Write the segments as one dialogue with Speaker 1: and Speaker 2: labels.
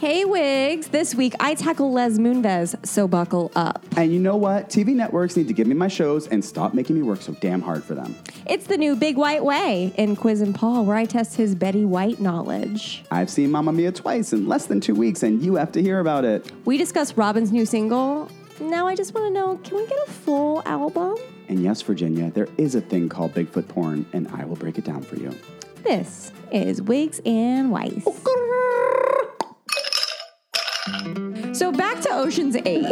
Speaker 1: Hey, Wigs. This week I tackle Les Moonves, so buckle up.
Speaker 2: And you know what? TV networks need to give me my shows and stop making me work so damn hard for them.
Speaker 1: It's the new Big White Way in Quiz and Paul, where I test his Betty White knowledge.
Speaker 2: I've seen Mamma Mia twice in less than two weeks, and you have to hear about it.
Speaker 1: We discuss Robin's new single. Now I just want to know can we get a full album?
Speaker 2: And yes, Virginia, there is a thing called Bigfoot porn, and I will break it down for you.
Speaker 1: This is Wigs and Weiss. So back to Ocean's Eight.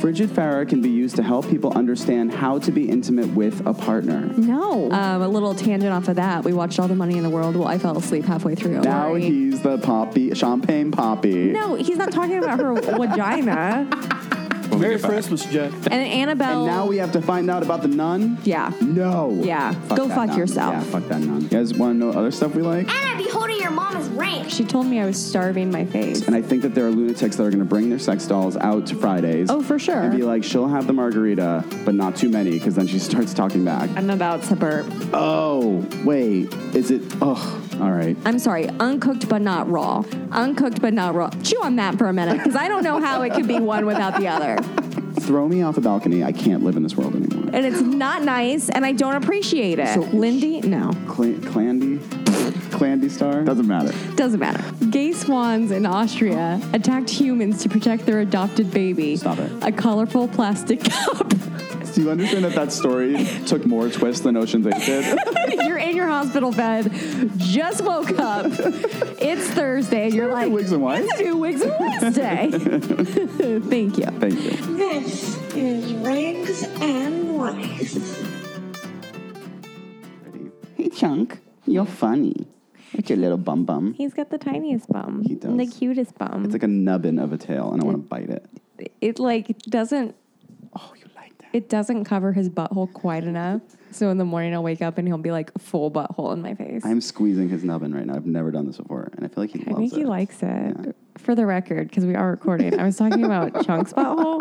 Speaker 2: Frigid Farah can be used to help people understand how to be intimate with a partner.
Speaker 1: no. Um, a little tangent off of that. We watched All the Money in the World. Well, I fell asleep halfway through.
Speaker 2: Now
Speaker 1: Sorry.
Speaker 2: he's the poppy, champagne poppy.
Speaker 1: No, he's not talking about her vagina.
Speaker 3: Merry Christmas, Jack.
Speaker 1: And Annabelle.
Speaker 2: And now we have to find out about the nun.
Speaker 1: Yeah.
Speaker 2: No.
Speaker 1: Yeah. Go
Speaker 2: that
Speaker 1: fuck
Speaker 2: nun.
Speaker 1: yourself.
Speaker 2: Yeah, fuck that nun. You guys want to know other stuff we like?
Speaker 4: And I'd be holding your mama's rank.
Speaker 1: She told me I was starving my face.
Speaker 2: And I think that there are lunatics that are going to bring their sex dolls out to Fridays.
Speaker 1: Oh, for sure.
Speaker 2: And be like, she'll have the margarita, but not too many, because then she starts talking back.
Speaker 1: I'm about to burp.
Speaker 2: Oh, wait. Is it? Oh, all right.
Speaker 1: I'm sorry, uncooked but not raw. Uncooked but not raw. Chew on that for a minute, because I don't know how it could be one without the other.
Speaker 2: Throw me off a balcony. I can't live in this world anymore.
Speaker 1: And it's not nice, and I don't appreciate it.
Speaker 2: So-
Speaker 1: Lindy, no.
Speaker 2: Cl- Clandy? Clandy Star? Doesn't matter.
Speaker 1: Doesn't matter. Gay swans in Austria attacked humans to protect their adopted baby.
Speaker 2: Stop it.
Speaker 1: A colorful plastic cup.
Speaker 2: Do you understand that that story took more twists than Ocean's Eight did?
Speaker 1: you're in your hospital bed, just woke up. it's Thursday. and You're like,
Speaker 2: Wigs and Wise?
Speaker 1: it's a new Wigs and Wednesday. Thank you.
Speaker 2: Thank you.
Speaker 5: This is Riggs and Weiss.
Speaker 2: Hey, Chunk. You're funny. With your little bum bum.
Speaker 1: He's got the tiniest bum.
Speaker 2: He does.
Speaker 1: And the cutest bum.
Speaker 2: It's like a nubbin of a tail, and I want to bite it.
Speaker 1: it like doesn't
Speaker 2: Oh, you like that?
Speaker 1: it doesn't cover his butthole quite enough. So in the morning I'll wake up and he'll be like full butthole in my face.
Speaker 2: I'm squeezing his nubbin right now. I've never done this before, and I feel like he
Speaker 1: I
Speaker 2: loves
Speaker 1: think
Speaker 2: it.
Speaker 1: he likes it. For the record, because we are recording, I was talking about Chunk's butthole.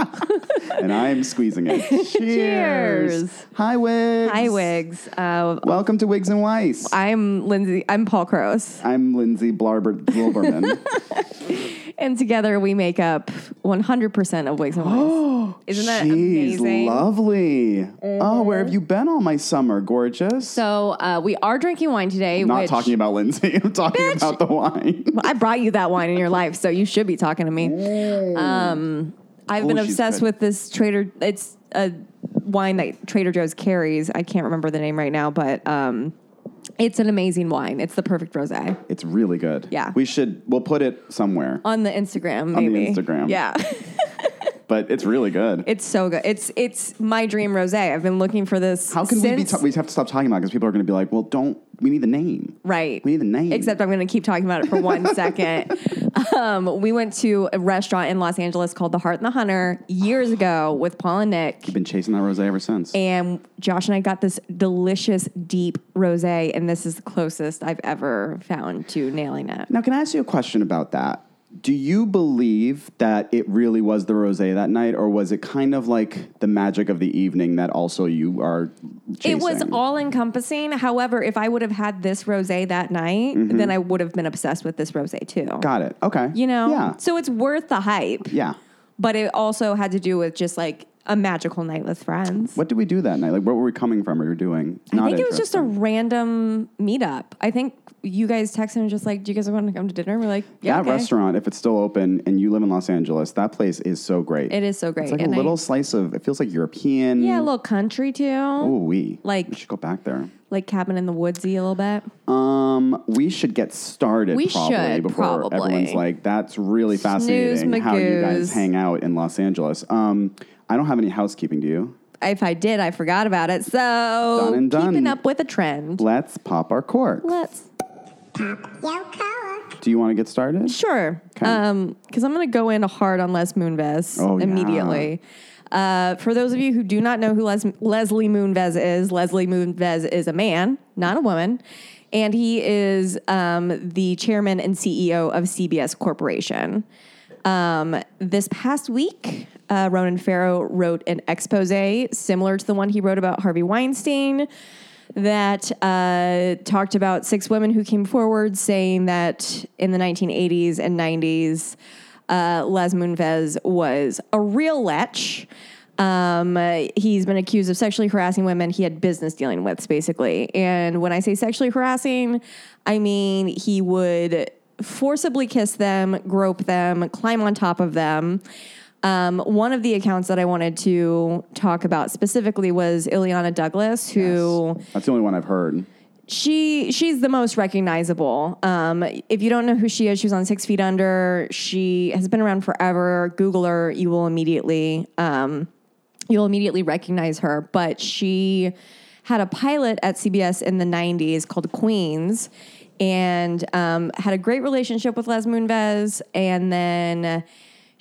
Speaker 2: and I'm squeezing it. Cheers.
Speaker 1: Cheers.
Speaker 2: Hi, Wigs.
Speaker 1: Hi, Wigs. Uh,
Speaker 2: Welcome to Wigs and Weiss.
Speaker 1: I'm Lindsay. I'm Paul Kroos.
Speaker 2: I'm Lindsay Blarber- Blilberman.
Speaker 1: And together we make up 100% of Wigs and Wigs. Isn't that
Speaker 2: Jeez,
Speaker 1: amazing? Mm-hmm.
Speaker 2: lovely. Oh, where have you been all my summer, gorgeous?
Speaker 1: So uh, we are drinking wine today.
Speaker 2: Not
Speaker 1: which,
Speaker 2: talking about Lindsay. I'm talking
Speaker 1: Bitch.
Speaker 2: about the wine.
Speaker 1: Well, I brought you that wine in your life, so you should be talking to me. Um, I've been
Speaker 2: Oh, she's
Speaker 1: obsessed
Speaker 2: good.
Speaker 1: with this Trader. It's a wine that Trader Joe's carries. I can't remember the name right now, but um, it's an amazing wine. It's the perfect rosé.
Speaker 2: It's really good.
Speaker 1: Yeah. Uh,
Speaker 2: We should, we'll put it somewhere,
Speaker 1: On the Instagram,
Speaker 2: On the
Speaker 1: maybe.
Speaker 2: Instagram.
Speaker 1: Yeah,
Speaker 2: but it's really good.
Speaker 1: it's so good. It's it's my dream rosé. I've been looking for this.
Speaker 2: How can we be,
Speaker 1: since-
Speaker 2: ta- we have to stop talking about it because people are going to be like, well, don't, we need the name.
Speaker 1: Right.
Speaker 2: We need the name.
Speaker 1: Except I'm going to keep talking about it for one second. Um, we went to a restaurant in Los Angeles called The Heart and the Hunter years ago with Paul and Nick.
Speaker 2: I've been chasing that rose ever since.
Speaker 1: And Josh and I got this delicious, deep rose, and this is the closest I've ever found to nailing it.
Speaker 2: Now, can I ask you a question about that? Do you believe that it really was the rosé that night, or was it kind of like the magic of the evening that also you are? Chasing?
Speaker 1: It was all encompassing. However, if I would have had this rose that night, then I would have been obsessed with this rose too.
Speaker 2: Mm-hmm. Got it. Okay.
Speaker 1: You know?
Speaker 2: Yeah.
Speaker 1: So it's worth the hype,
Speaker 2: yeah.
Speaker 1: but it also had to do with just like a magical night with friends.
Speaker 2: What did we do that night? Like, what were we coming from? Or you doing?
Speaker 1: I
Speaker 2: Not
Speaker 1: think it was just a
Speaker 2: interesting.
Speaker 1: random meetup. I think you guys texted and just like, "Do you guys want to come to dinner?" We're like, "Yeah."
Speaker 2: that
Speaker 1: okay."
Speaker 2: restaurant. If it's still open and you live in Los Angeles, that place is so great.
Speaker 1: It is so great.
Speaker 2: It's like
Speaker 1: and
Speaker 2: a
Speaker 1: I-
Speaker 2: little slice of. It feels like European.
Speaker 1: yeah, a little country too,
Speaker 2: Ooh, we
Speaker 1: like-
Speaker 2: we should go back there.
Speaker 1: like cabin in the woodsy a little bit.
Speaker 2: Um, we should get started.
Speaker 1: We
Speaker 2: probably
Speaker 1: should,
Speaker 2: before
Speaker 1: probably.
Speaker 2: everyone's like, "That's really fascinating how you
Speaker 1: magoos.
Speaker 2: guys hang out in Los Angeles." Um, I don't have any housekeeping. Do you?
Speaker 1: If I did, I forgot about it. So
Speaker 2: Done and done.
Speaker 1: keeping up with a trend.
Speaker 2: Let's pop our cork.
Speaker 1: Let's
Speaker 5: Yo, Coke.
Speaker 2: Do you want to get started?
Speaker 1: sure,
Speaker 2: Okay.
Speaker 1: um, because I'm going to go in hard on Les Moonves
Speaker 2: Oh, yeah.
Speaker 1: immediately. Uh, for those of you who do not know who Les- Leslie Moonves is, Leslie Moonves is a man, not a woman, and he is um, the chairman and CEO of CBS Corporation. Um, this past week, uh, Ronan Farrow wrote an expose similar to the one he wrote about Harvey Weinstein that uh, talked about six women who came forward saying that in the 1980s and 90s, uh, Les Moonves was a real lech. Um, uh, he's been accused of sexually harassing women he had business dealing with, basically. And when I say sexually harassing, I mean he would forcibly kiss them, grope them, climb on top of them. Um, one of the accounts that I wanted to talk about specifically was Ileana Douglas, who
Speaker 2: That's the only one I've heard.
Speaker 1: she she's the most recognizable. Um, if you don't know who she is, she was on Six Feet Under. She has been around forever. Google her, you will immediately um, you'll immediately recognize her. But she had a pilot at CBS in the '90s called Queens, and um, had a great relationship with Les Moonves, and then.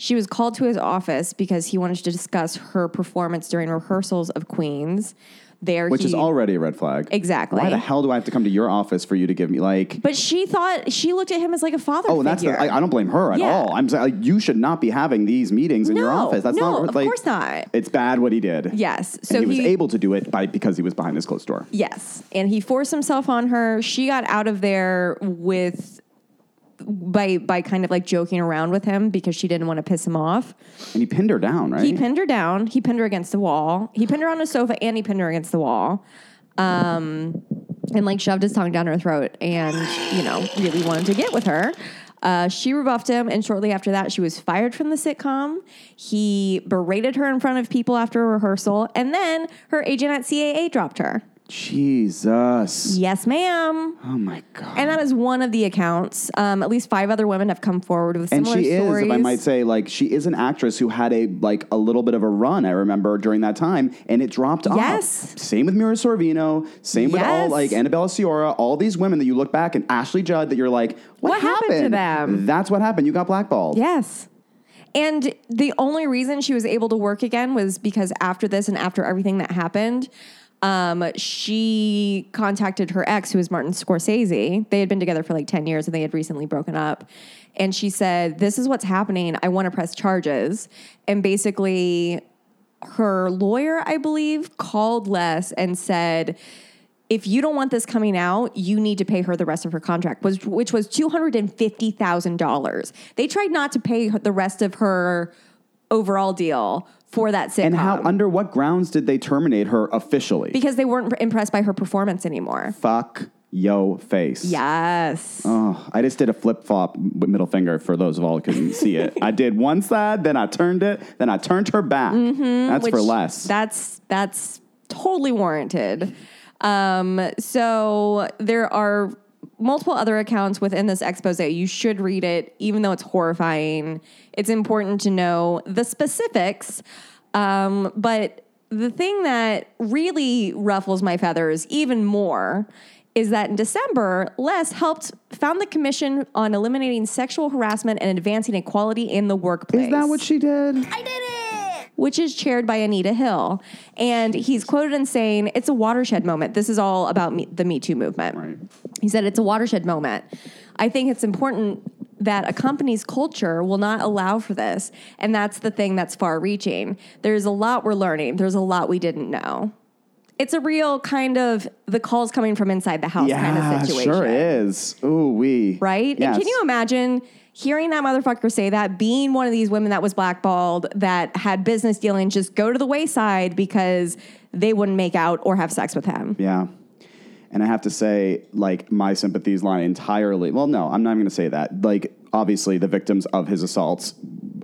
Speaker 1: She was called to his office because he wanted to discuss her performance during rehearsals of Queens. There,
Speaker 2: Which is
Speaker 1: he-
Speaker 2: already a red flag.
Speaker 1: Exactly.
Speaker 2: Why the hell do I have to come to your office for you to give me like?
Speaker 1: But she thought she looked at him as like a father.
Speaker 2: oh, that's the,
Speaker 1: figure.
Speaker 2: I, I don't blame her at
Speaker 1: Yeah.
Speaker 2: all. I'm saying like, you should not be having these meetings in your
Speaker 1: No,
Speaker 2: office. That's
Speaker 1: no,
Speaker 2: not
Speaker 1: of
Speaker 2: like,
Speaker 1: course not.
Speaker 2: It's bad what he did.
Speaker 1: Yes.
Speaker 2: And
Speaker 1: So
Speaker 2: he, was
Speaker 1: he-
Speaker 2: able to do it by because he was behind his closed door.
Speaker 1: yes, and he forced himself on her. She got out of there with by by kind of like joking around with him because she didn't want to piss him off.
Speaker 2: And he pinned her down, right?
Speaker 1: He pinned her down. He pinned her against the wall. He pinned her on a sofa and he pinned her against the wall. Um, and like shoved his tongue down her throat and, you know, really wanted to get with her. Uh, she rebuffed him, and shortly after that, she was fired from the sitcom. He berated her in front of people after a rehearsal, and then her agent at CAA dropped her.
Speaker 2: Jesus.
Speaker 1: Yes, ma'am.
Speaker 2: Oh my god.
Speaker 1: And that is one of the accounts. Um, at least five other women have come forward with
Speaker 2: and
Speaker 1: similar
Speaker 2: she
Speaker 1: stories.
Speaker 2: is, if I might say, like she is an actress who had a like a little bit of a run. I remember during that time, and it dropped off.
Speaker 1: Yes.
Speaker 2: Same with Mira Sorvino. Same with all
Speaker 1: Yes.
Speaker 2: like Annabella Ciora. All these women that you look back and Ashley Judd that you're like, what,
Speaker 1: What happened to them?
Speaker 2: That's what happened. You got blackballed.
Speaker 1: Yes. And the only reason she was able to work again was because after this and after everything that happened, um, she contacted her ex, who was Martin Scorsese. They had been together for like 10 years and they had recently broken up. And she said, This is what's happening. I want to press charges. And basically, her lawyer, I believe, called Les and said, if you don't want this coming out, you need to pay her the rest of her contract, which, which was $250,000. They tried not to pay her- the rest of her overall deal for that sitcom
Speaker 2: And how? Under what grounds did they terminate her officially?
Speaker 1: because they weren't impressed by her performance anymore.
Speaker 2: Fuck yo face.
Speaker 1: Yes.
Speaker 2: Oh, I just did a flip flop middle finger for those of all who couldn't see it. I did one side, then I turned it, then I turned her back. That's for
Speaker 1: Mm-hmm, which
Speaker 2: less.
Speaker 1: That's that's totally warranted. Um, so there are multiple other accounts within this expose. You should read it, even though it's horrifying. It's important to know the specifics. Um, but the thing that really ruffles my feathers even more is that in December, Les helped found the commission on eliminating sexual harassment and advancing equality in the workplace
Speaker 2: Is that what she did?
Speaker 4: I did it!
Speaker 1: which is chaired by Anita Hill. And he's quoted in saying, It's a watershed moment. This is all about me, the Me Too movement.
Speaker 2: Right.
Speaker 1: He said, It's a watershed moment. I think it's important that a company's culture will not allow for this. And that's the thing that's far reaching. There's a lot we're learning, there's a lot we didn't know. It's a real kind of the calls coming from inside the house kind of situation
Speaker 2: sure is. Ooh wee.
Speaker 1: right?
Speaker 2: Yes.
Speaker 1: And can you imagine hearing that motherfucker say that, being one of these women that was blackballed, that had business dealings, just go to the wayside because they wouldn't make out or have sex with him?
Speaker 2: Yeah. And I have to say, like, my sympathies lie entirely. Well, no, I'm not even going to say that. Like, obviously, the victims of his assaults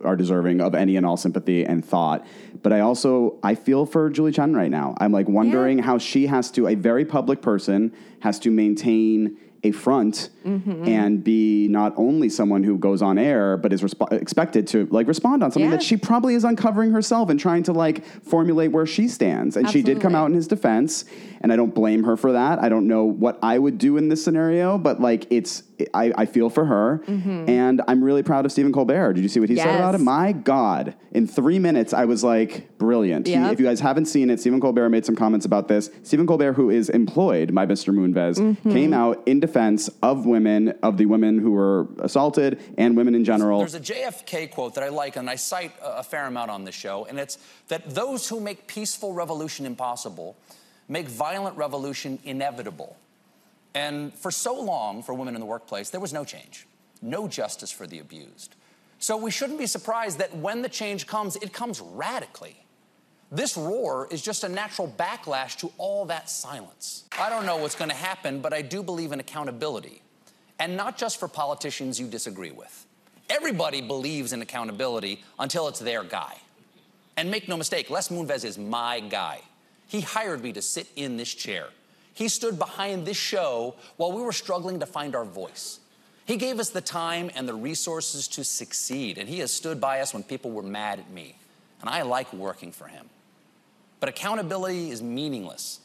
Speaker 2: are deserving of any and all sympathy and thought. But I also I feel for Julie Chen right now. I'm like wondering how she has to a very public person has to maintain a front and be not only someone who goes on air but is resp- expected to like respond on something
Speaker 1: Yeah.
Speaker 2: that she probably is uncovering herself and trying to like formulate where she stands. And she did come
Speaker 1: Absolutely.
Speaker 2: out in his defense, and I don't blame her for that. I don't know what I would do in this scenario, but like it's, I, I feel for her, and I'm really proud of Stephen Colbert. Did you see what he said about
Speaker 1: Mm-hmm. Yes.
Speaker 2: it? My God, in three minutes, I was like, brilliant. He-
Speaker 1: Yep.
Speaker 2: if you guys haven't seen it, Stephen Colbert made some comments about this. Stephen Colbert, who is employed by Mr. Moonves,
Speaker 1: Mm-hmm.
Speaker 2: came out in defense of women, of the women who were assaulted, and women in general.
Speaker 6: There's a JFK quote that I like, and I cite a a fair amount on this show, and it's that those who make peaceful revolution impossible make violent revolution inevitable. And for so long, for women in the workplace, there was no change, no justice for the abused. So we shouldn't be surprised that when the change comes, it comes radically. This roar is just a natural backlash to all that silence. I don't know what's going to happen, but I do believe in accountability. And not just for politicians you disagree with. Everybody believes in accountability until it's their guy. And make no mistake, Les Moonves is my guy. He hired me to sit in this chair. He stood behind this show while we were struggling to find our voice. He gave us the time and the resources to succeed, and he has stood by us when people were mad at me. And I like working for him. But accountability is meaningless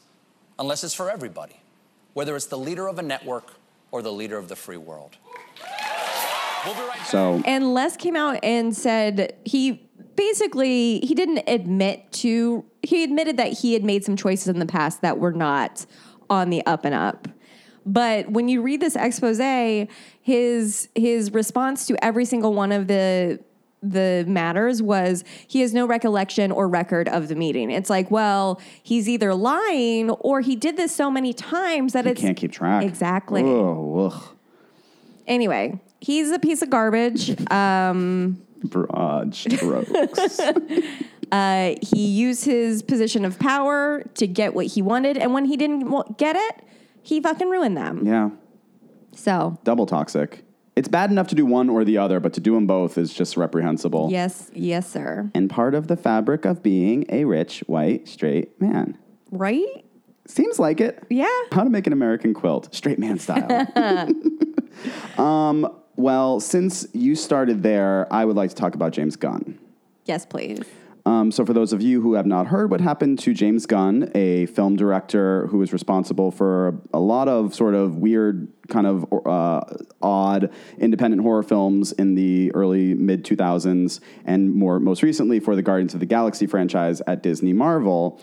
Speaker 6: unless it's for everybody, whether it's the leader of a network or the leader of the free world. We'll be right back.
Speaker 2: So
Speaker 1: And Les came out and said he basically he didn't admit to he admitted that he had made some choices in the past that were not on the up and up. But when you read this expose, his his response to every single one of the the matters was he has no recollection or record of the meeting. It's like, well, he's either lying or he did this so many times that
Speaker 2: you
Speaker 1: it's
Speaker 2: can't keep track.
Speaker 1: Exactly
Speaker 2: Oh, ugh.
Speaker 1: anyway, he's a piece of garbage. Um,
Speaker 2: Broad strokes.
Speaker 1: uh, he used his position of power to get what he wanted, and when he didn't wa- get it, he fucking ruined them.
Speaker 2: yeah.
Speaker 1: So,
Speaker 2: Double toxic. It's bad enough to do one or the other, but to do them both is just reprehensible.
Speaker 1: yes, yes, sir.
Speaker 2: And part of the fabric of being a rich, white, straight man.
Speaker 1: Right?
Speaker 2: Seems like it.
Speaker 1: Yeah.
Speaker 2: How to make an American quilt, straight man style. um, well, since you started there, I would like to talk about James Gunn.
Speaker 1: Yes, please.
Speaker 2: Um, so, for those of you who have not heard what happened to James Gunn, a film director who is responsible for a lot of sort of weird, kind of uh, odd independent horror films in the early mid 2000s, and more most recently for the Guardians of the Galaxy franchise at Disney Marvel.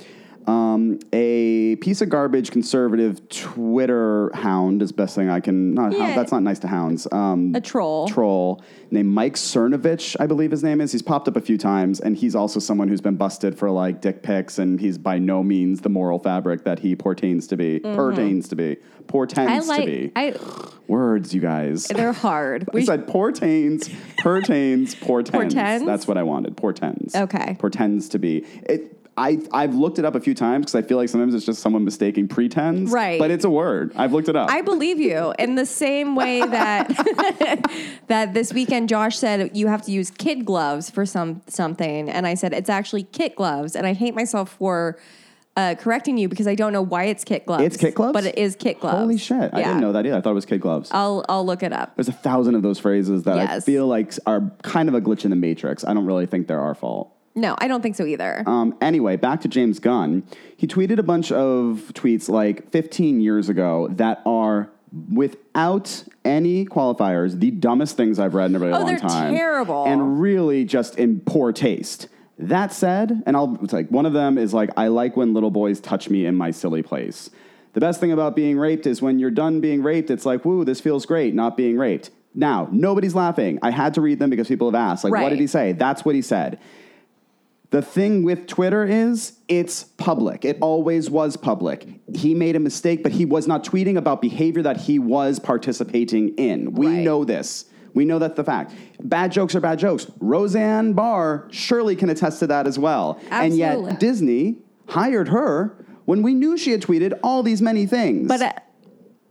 Speaker 2: Um, a piece of garbage conservative Twitter hound is best thing I can. Not
Speaker 1: Yeah.
Speaker 2: hound, that's not nice to hounds. Um,
Speaker 1: A troll.
Speaker 2: troll named Mike Cernovich, I believe his name is. He's popped up a few times, and he's also someone who's been busted for like dick pics, and he's by no means the moral fabric that he portains to be. Pertains to be.
Speaker 1: I
Speaker 2: Portends to
Speaker 1: like
Speaker 2: be.
Speaker 1: Mm-hmm. I.
Speaker 2: Words, you guys.
Speaker 1: They're hard.
Speaker 2: I
Speaker 1: We
Speaker 2: said portains, pertains, portends.
Speaker 1: Portends?
Speaker 2: That's what I wanted. Portends.
Speaker 1: Okay.
Speaker 2: Portends to be. It, I, I've looked it up a few times because I feel like sometimes it's just someone mistaking pretends.
Speaker 1: Right.
Speaker 2: But it's a word. I've looked it up.
Speaker 1: I believe you in the same way that that this weekend Josh said you have to use kid gloves for some something, and I said it's actually kit gloves, and I hate myself for uh, correcting you because I don't know why it's kit gloves.
Speaker 2: it's kit gloves?
Speaker 1: but it is kit gloves.
Speaker 2: Holy shit. I didn't know that either. I thought it was kid gloves.
Speaker 1: I'll I'll look it up.
Speaker 2: There's a thousand of those phrases that I
Speaker 1: Yes.
Speaker 2: feel like are kind of a glitch in the matrix. I don't really think they're our fault.
Speaker 1: No, I don't think so either.
Speaker 2: Um, anyway, back to James Gunn. He tweeted a bunch of tweets like 15 years ago that are without any qualifiers the dumbest things I've read in a really
Speaker 1: Oh,
Speaker 2: long
Speaker 1: they're
Speaker 2: time.
Speaker 1: terrible.
Speaker 2: And really just in poor taste. That said, and I'll it's like one of them is like I like when little boys touch me in my silly place. The best thing about being raped is when you're done being raped, it's like, woo, this feels great not being raped. Now, nobody's laughing. I had to read them because people have asked, like, what
Speaker 1: Right.
Speaker 2: did he say? That's what he said. The thing with Twitter is it's public. It always was public. He made a mistake, but he was not tweeting about behavior that he was participating in. We
Speaker 1: Right.
Speaker 2: know this. We know that's the fact. Bad jokes are bad jokes. Roseanne Barr surely can attest to that as well. And
Speaker 1: Absolutely.
Speaker 2: yet Disney hired her when we knew she had tweeted all these many things.
Speaker 1: but uh,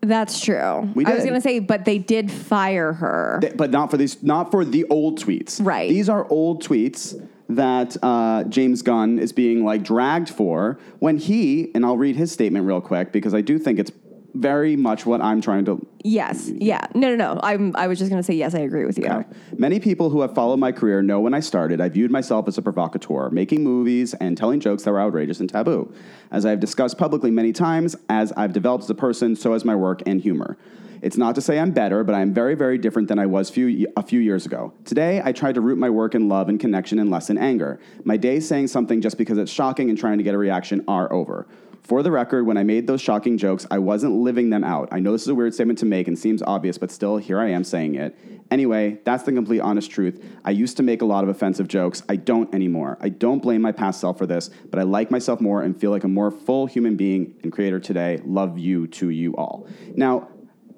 Speaker 1: that's true.
Speaker 2: We
Speaker 1: I was
Speaker 2: did.
Speaker 1: gonna say, but they did fire her.
Speaker 2: Th- but not for these not for the old tweets
Speaker 1: Right.
Speaker 2: these are old tweets that uh, james gunn is being like dragged for when he and i'll read his statement real quick because i do think it's very much what i'm trying to
Speaker 1: yes. Yeah. No. No. No. I'm. I was just gonna say yes. I agree with you.
Speaker 2: Okay. Many people who have followed my career know when I started, I viewed myself as a provocateur, making movies and telling jokes that were outrageous and taboo. As I have discussed publicly many times, as I've developed as a person, so has my work and humor. It's not to say I'm better, but I'm very, very different than I was few, a few years ago. Today, I try to root my work in love and connection and less in anger. My days saying something just because it's shocking and trying to get a reaction are over. For the record, when I made those shocking jokes, I wasn't living them out. I know this is a weird statement to make and seems obvious, but still, here I am saying it. Anyway, that's the complete honest truth. I used to make a lot of offensive jokes. I don't anymore. I don't blame my past self for this, but I like myself more and feel like a more full human being and creator today. Love you to you all. Now,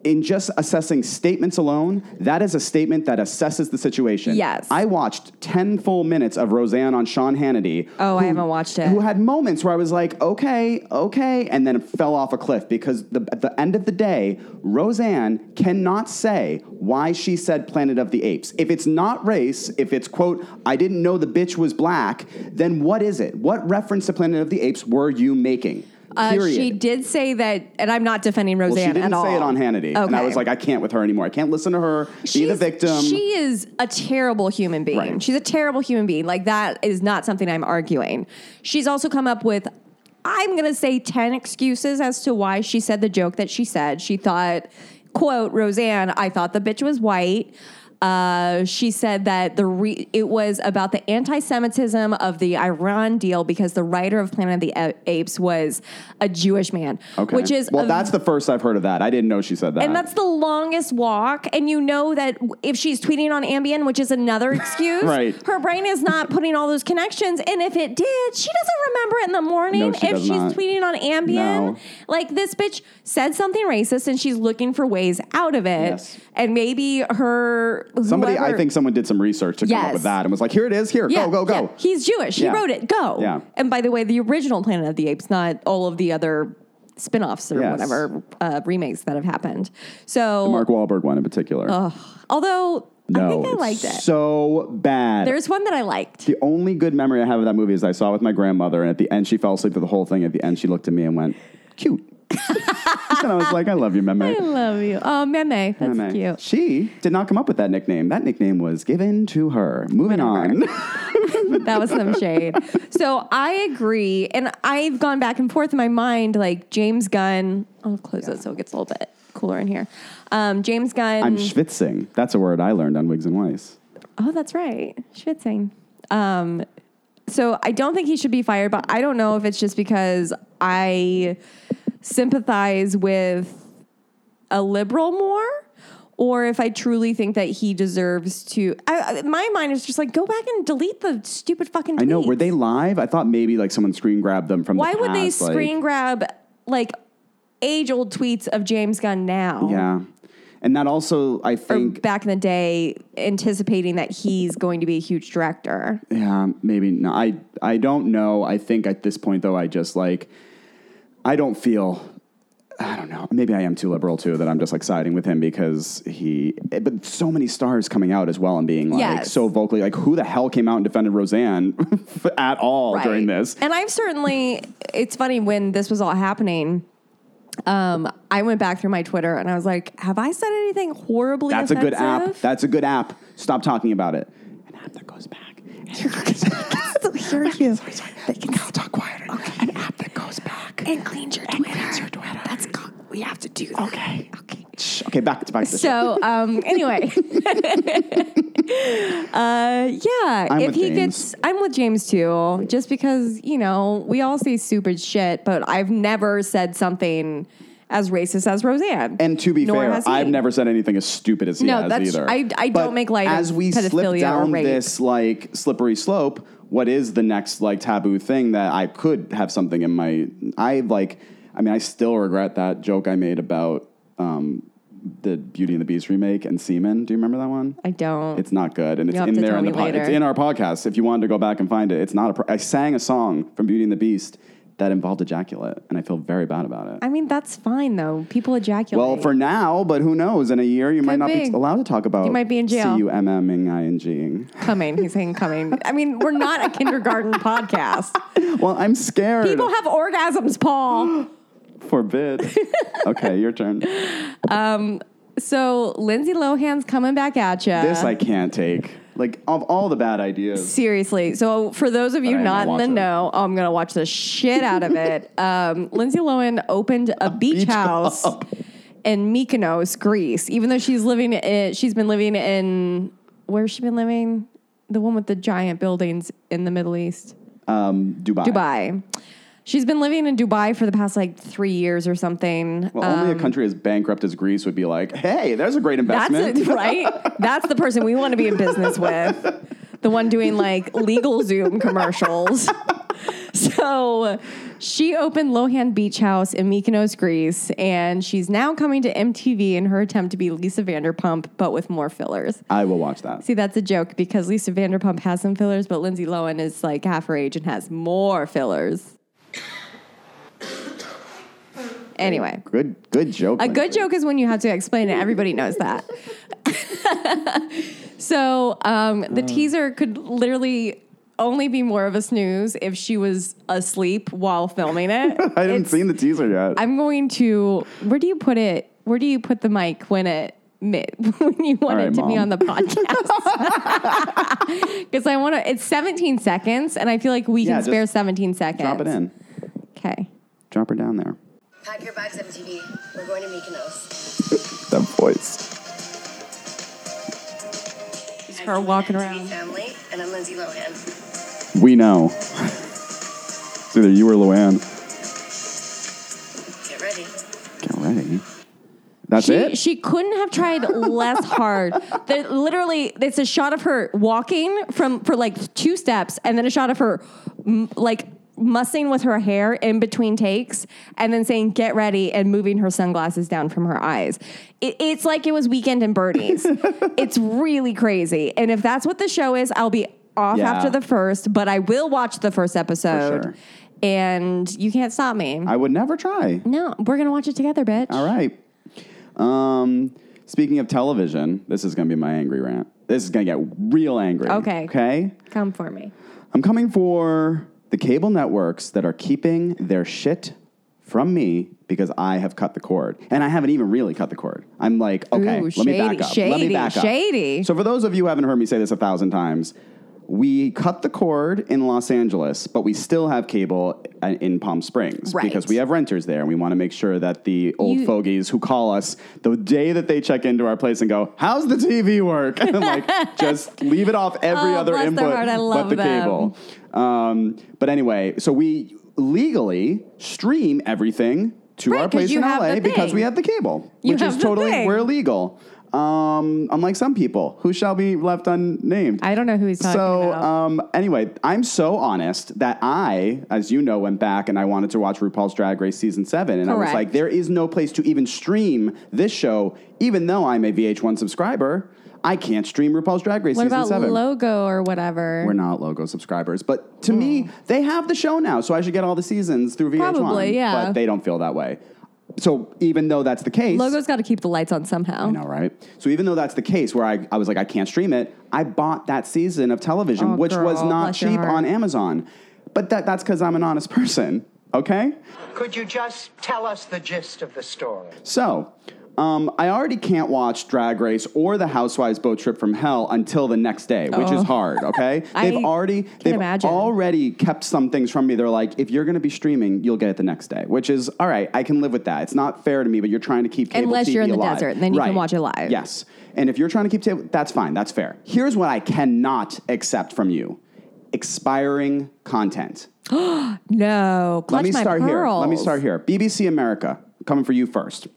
Speaker 2: in just assessing statements alone, that is a statement that assesses the situation.
Speaker 1: Yes.
Speaker 2: I watched 10 full minutes of Roseanne on Sean Hannity.
Speaker 1: Oh, I haven't watched it.
Speaker 2: Who had moments where I was like, okay, okay, and then fell off a cliff because the, at the end of the day, Roseanne cannot say why she said Planet of the Apes. If it's not race, if it's, quote, I didn't know the bitch was black, then what is it? What reference to Planet of the Apes were you making?
Speaker 1: Uh,
Speaker 2: Period.
Speaker 1: she did say that, and I'm not defending Roseanne
Speaker 2: Well, she didn't
Speaker 1: at all.
Speaker 2: say it on Hannity, and I
Speaker 1: Okay.
Speaker 2: was like, I can't with her anymore. I can't listen to her. be the
Speaker 1: She's-
Speaker 2: victim.
Speaker 1: She is a terrible human being.
Speaker 2: Right.
Speaker 1: She's a terrible human being. Like that is not something I'm arguing. She's also come up with I'm going to say 10 excuses as to why she said the joke that she said. She thought, quote, Roseanne, I thought the bitch was white. Uh, she said that the re- it was about the anti-Semitism of the Iran deal because the writer of Planet of the A- Apes was a Jewish man,
Speaker 2: okay.
Speaker 1: which is
Speaker 2: well,
Speaker 1: a
Speaker 2: that's the first I've heard of that. I didn't know she said that.
Speaker 1: and that's the longest walk. And you know that w- if she's tweeting on Ambien, which is another excuse,
Speaker 2: Right.
Speaker 1: her brain is not putting all those connections. And if it did, she doesn't remember it in the morning.
Speaker 2: No, she
Speaker 1: if
Speaker 2: does
Speaker 1: she's
Speaker 2: not.
Speaker 1: tweeting on Ambien,
Speaker 2: No.
Speaker 1: like this bitch said something racist and she's looking for ways out of it.
Speaker 2: Yes.
Speaker 1: And maybe her.
Speaker 2: somebody. I
Speaker 1: whoever-
Speaker 2: think someone did some research to come up
Speaker 1: Yes.
Speaker 2: with that and was like, here it is. Here,
Speaker 1: yeah,
Speaker 2: go, go,
Speaker 1: yeah.
Speaker 2: go.
Speaker 1: He's Jewish.
Speaker 2: Yeah.
Speaker 1: He wrote it. Go.
Speaker 2: Yeah.
Speaker 1: And by the way, the original Planet of the Apes, not all of the other spin-offs or
Speaker 2: Yes.
Speaker 1: whatever uh, remakes that have happened. So
Speaker 2: Mark Wahlberg one in particular.
Speaker 1: Although
Speaker 2: no,
Speaker 1: I think I
Speaker 2: it's
Speaker 1: liked it.
Speaker 2: So bad.
Speaker 1: There's one that I liked.
Speaker 2: the only good memory I have of that movie is I saw it with my grandmother, and at the end she fell asleep for the whole thing. At the end, she looked at me and went, "Cute," and I was like, "I love you, memory."
Speaker 1: I love you. Oh, Meme. That's
Speaker 2: Meme.
Speaker 1: cute.
Speaker 2: She did not come up with that nickname. That nickname was given to her. Moving on.
Speaker 1: That was some shade. So I agree. And I've gone back and forth in my mind, like James Gunn. I'll close it so it gets a little bit cooler in here. Um, James Gunn.
Speaker 2: I'm schwitzing. That's a word I learned on Wigs and Weiss.
Speaker 1: oh, that's right. Schwitzing. Um, so I don't think he should be fired, but I don't know if it's just because I sympathize with a liberal more or if I truly think that he deserves to. I, I- my mind is just like, go back and delete the stupid fucking tweets.
Speaker 2: I know. Were they live? I thought maybe like someone screen grabbed them from.
Speaker 1: Why
Speaker 2: the
Speaker 1: would they
Speaker 2: past, like-
Speaker 1: screen grab like age old tweets of James Gunn now?
Speaker 2: Yeah, and that also I
Speaker 1: Or
Speaker 2: think
Speaker 1: back in the day, anticipating that he's going to be a huge director.
Speaker 2: yeah maybe no. I I don't know. I think at this point though, I just like I don't feel. I don't know. Maybe I am too liberal too that I'm just like siding with him because he. eh, But so many stars coming out as well and being like
Speaker 1: Yes.
Speaker 2: so vocally like who the hell came out and defended Roseanne at all during
Speaker 1: Right.
Speaker 2: this?
Speaker 1: And I've certainly, it's funny when this was all happening. Um, I went back through my Twitter and I was like, "Have I said anything horribly?"
Speaker 2: That's a good app.
Speaker 1: offensive?
Speaker 2: That's a good app. Stop talking about it. An app that goes back.
Speaker 1: They'll hear you
Speaker 2: They can now talk quieter. An app that goes back.
Speaker 1: and cleanse your Twitter. That's go- we have to do that.
Speaker 2: Okay. Okay. Okay. Back to back to the show.
Speaker 1: So um, anyway, uh, yeah.
Speaker 2: I'm
Speaker 1: if
Speaker 2: with
Speaker 1: he
Speaker 2: James.
Speaker 1: gets, I'm with James too. Just because you know we all say stupid shit, but I've never said something as racist as Roseanne.
Speaker 2: And to be
Speaker 1: nor
Speaker 2: fair,
Speaker 1: has he.
Speaker 2: I've never said anything as stupid as he
Speaker 1: No,
Speaker 2: has
Speaker 1: that's-
Speaker 2: either.
Speaker 1: I- I don't
Speaker 2: But
Speaker 1: make light of
Speaker 2: as we slip
Speaker 1: pedophilia or
Speaker 2: down
Speaker 1: rape.
Speaker 2: this like slippery slope. What is the next like taboo thing that I could have something in my? I like. I mean, I still regret that joke I made about um, the Beauty and the Beast remake and semen. Do you remember that one?
Speaker 1: I don't.
Speaker 2: It's not good, and it's
Speaker 1: You'll have
Speaker 2: in
Speaker 1: to
Speaker 2: there
Speaker 1: tell
Speaker 2: in the
Speaker 1: me
Speaker 2: pod-
Speaker 1: later.
Speaker 2: it's in our podcast. If you wanted to go back and find it, it's not a. Pro- I sang a song from Beauty and the Beast that involved ejaculate, and I feel very bad about it.
Speaker 1: I mean, that's fine though. People ejaculate.
Speaker 2: well, for now, but who knows? In a year, you might not be.
Speaker 1: be.
Speaker 2: allowed to talk about.
Speaker 1: You might be in jail.
Speaker 2: C U M M ing I N G ing.
Speaker 1: coming, he's saying coming. I mean, we're not a kindergarten podcast.
Speaker 2: Well, I'm scared.
Speaker 1: People have orgasms, Paul.
Speaker 2: Forbid. okay, your turn.
Speaker 1: Uh,
Speaker 2: This
Speaker 1: So Lindsay Lohan's coming back at you.
Speaker 2: I can't take. Like of all the bad ideas.
Speaker 1: Seriously. So for those of you
Speaker 2: But I
Speaker 1: not in
Speaker 2: am gonna
Speaker 1: the
Speaker 2: watch it.
Speaker 1: know, oh, I'm gonna watch the shit out of it. Um, Lindsay Lohan opened a, beach,
Speaker 2: beach
Speaker 1: house
Speaker 2: club.
Speaker 1: in Mykonos, Greece. Even though she's living, in, she's been living in where's she been living? The one with the giant buildings in the Middle East.
Speaker 2: Um, Dubai.
Speaker 1: Dubai. She's been living in Dubai for the past like three years or something. Um,
Speaker 2: Well, only a country as bankrupt as Greece would be like, hey, there's a great
Speaker 1: That's
Speaker 2: investment.
Speaker 1: it, right? That's the person we want to be in business with. The one doing like legal Zoom commercials. So she opened Lohan Beach House in Mykonos, Greece, and she's now coming to MTV in her attempt to be Lisa Vanderpump, but with more fillers.
Speaker 2: I will watch that.
Speaker 1: See, that's a joke because Lisa Vanderpump has some fillers, but Lindsay Lohan is like half her age and has more fillers. Anyway.
Speaker 2: Good, good joke.
Speaker 1: A
Speaker 2: Lindsay.
Speaker 1: good joke is when you have to explain it. Everybody knows that. so um, the teaser could literally only be more of a snooze if she was asleep while filming it.
Speaker 2: I haven't
Speaker 1: It's-
Speaker 2: seen the teaser yet.
Speaker 1: I'm going to. Where do you put it? Where do you put the mic when it mi- when you want
Speaker 2: All right,
Speaker 1: it to be
Speaker 2: Mom.
Speaker 1: on the podcast? Because I want to. It's 17 seconds, and I feel like we can
Speaker 2: Yeah, just
Speaker 1: spare 17 seconds.
Speaker 2: Drop it in.
Speaker 1: Okay.
Speaker 2: Drop her down there.
Speaker 7: Pack your bags, MTV. We're going to Mykonos.
Speaker 2: That voice.
Speaker 1: It's her walking
Speaker 7: MTV
Speaker 1: around.
Speaker 7: family, and I'm Lindsay Lohan.
Speaker 2: We know. it's either you or Luann.
Speaker 7: Get ready.
Speaker 2: Get ready. That's
Speaker 1: she,
Speaker 2: it?
Speaker 1: She couldn't have tried less hard. There, literally, it's a shot of her walking from for like two steps, and then a shot of her m- like mussing with her hair in between takes, and then saying "get ready" and moving her sunglasses down from her eyes. It, it's like it was Weekend and Birdies. it's really crazy. And if that's what the show is, I'll be off
Speaker 2: Yeah.
Speaker 1: after the first, but I will watch the first episode.
Speaker 2: sure.
Speaker 1: And you can't stop me.
Speaker 2: I would never try.
Speaker 1: no, we're gonna watch it together, bitch.
Speaker 2: All right. Um, speaking of television, this is going to be my angry rant. This is going to get real angry.
Speaker 1: Okay.
Speaker 2: Okay.
Speaker 1: Come for me.
Speaker 2: I'm coming for the cable networks that are keeping their shit from me because I have cut the cord. And I haven't even really cut the cord. I'm like, okay,
Speaker 1: Ooh,
Speaker 2: let
Speaker 1: shady,
Speaker 2: me back up. let
Speaker 1: shady,
Speaker 2: me back up.
Speaker 1: shady.
Speaker 2: So for those of you who haven't heard me say this a thousand times, we cut the cord in Los Angeles, but we still have cable uh, in Palm Springs
Speaker 1: Right.
Speaker 2: because we have renters there and we want to make sure that the old
Speaker 1: You-
Speaker 2: fogies who call us the day that they check into our place and go, "How's the TV work?" and like just leave it off every
Speaker 1: Oh,
Speaker 2: other
Speaker 1: bless their
Speaker 2: input
Speaker 1: heart, I
Speaker 2: but
Speaker 1: love
Speaker 2: the
Speaker 1: them.
Speaker 2: cable. Um, but anyway, so we legally stream everything to
Speaker 1: Right,
Speaker 2: our
Speaker 1: 'cause
Speaker 2: place
Speaker 1: you
Speaker 2: in
Speaker 1: have
Speaker 2: LA
Speaker 1: the
Speaker 2: because
Speaker 1: thing.
Speaker 2: we have the cable,
Speaker 1: You
Speaker 2: which
Speaker 1: have
Speaker 2: is
Speaker 1: the
Speaker 2: totally
Speaker 1: thing.
Speaker 2: we're illegal. Um, unlike some people who shall be left unnamed.
Speaker 1: I don't know who he's talking
Speaker 2: so,
Speaker 1: about.
Speaker 2: um, anyway, I'm so honest that I, as you know, went back and I wanted to watch RuPaul's Drag Race season seven, and I was
Speaker 1: Correct.
Speaker 2: like, there is no place to even stream this show, even though I'm a VH1 subscriber. I can't stream RuPaul's Drag Race
Speaker 1: what
Speaker 2: season
Speaker 1: about
Speaker 2: seven.
Speaker 1: logo or whatever?
Speaker 2: We're not logo subscribers, but to me,
Speaker 1: Mm.
Speaker 2: they have the show now, so I should get all the seasons through VH1.
Speaker 1: Probably, yeah.
Speaker 2: But they don't feel that way. So even though that's the case,
Speaker 1: Logo's got to keep the lights on somehow.
Speaker 2: I know, right? So even though that's the case where I, I was like, I can't stream it, I bought that season of television,
Speaker 1: Oh,
Speaker 2: which was
Speaker 1: girl,
Speaker 2: not
Speaker 1: bless your
Speaker 2: cheap
Speaker 1: heart.
Speaker 2: on Amazon. But that, that's because I'm an honest person, okay?
Speaker 8: Could you just tell us the gist of the story?
Speaker 2: So, um, I already can't watch Drag Race or The Housewives Boat Trip from Hell until the next day, which is hard. Okay,
Speaker 1: Oh. I
Speaker 2: they've already
Speaker 1: can
Speaker 2: they've
Speaker 1: imagine.
Speaker 2: already kept some things from me. They're like, if you're going to be streaming, you'll get it the next day, which is all right. I can live with that. It's not fair to me, but you're trying to keep cable
Speaker 1: Unless
Speaker 2: TV
Speaker 1: you're in the
Speaker 2: alive.
Speaker 1: desert, then you can
Speaker 2: Right.
Speaker 1: watch it live.
Speaker 2: Yes, and if you're trying to keep table, that's fine. That's fair. Here's what I cannot accept from you: expiring content.
Speaker 1: No, clutch
Speaker 2: Let me
Speaker 1: my
Speaker 2: start here.
Speaker 1: pearls.
Speaker 2: Let me start here. BBC America, coming for you first.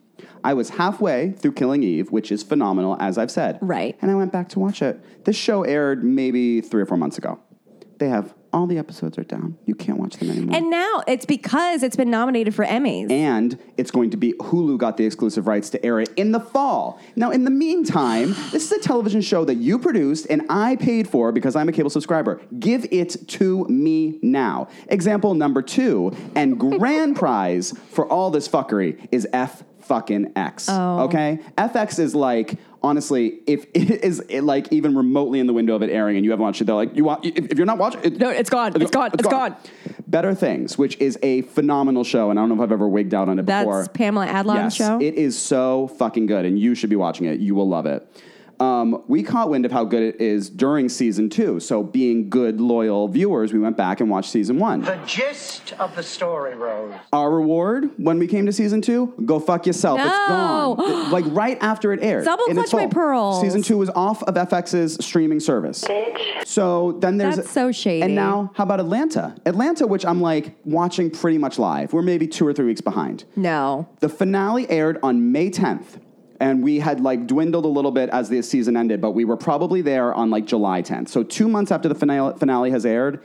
Speaker 2: I was halfway through Killing Eve, which is phenomenal, as I've said.
Speaker 1: Right.
Speaker 2: And I went back to watch it. This show aired maybe three or four months ago. They have all the episodes are down. You can't watch them anymore.
Speaker 1: And now it's because it's been nominated for Emmys.
Speaker 2: And it's going to be Hulu got the exclusive rights to air it in the fall. Now, in the meantime, this is a television show that you produced and I paid for because I'm a cable subscriber. Give it to me now. Example number two, and grand prize for all this fuckery is F fucking X. Okay? FX is like, honestly, if it is it like even remotely in the window of it airing and you haven't watched it, they're like, you want, if, if you're not watching it,
Speaker 1: No, it's gone. It's gone. It's gone.
Speaker 2: Better Things, which is a phenomenal show, and I don't know if I've ever wigged out on it
Speaker 1: That's
Speaker 2: before.
Speaker 1: Pamela Adlon's
Speaker 2: yes,
Speaker 1: show?
Speaker 2: It is so fucking good, and you should be watching it. You will love it. Um, we caught wind of how good it is during season two. So, being good, loyal viewers, we went back and watched season one.
Speaker 8: The gist of the story, Rose.
Speaker 2: Our reward when we came to season two, go fuck yourself. It's
Speaker 1: No.
Speaker 2: gone. like right after it aired.
Speaker 1: Double
Speaker 2: in its
Speaker 1: clutch my
Speaker 2: full.
Speaker 1: pearls.
Speaker 2: Season two was off of FX's streaming service. So then there's
Speaker 1: That's so shady.
Speaker 2: And now how about Atlanta? Atlanta, which I'm like watching pretty much live. We're maybe two or three weeks behind.
Speaker 1: No.
Speaker 2: The finale aired on May 10th, and we had like dwindled a little bit as the season ended, but we were probably there on like July 10th. So two months after the finale, finale has aired,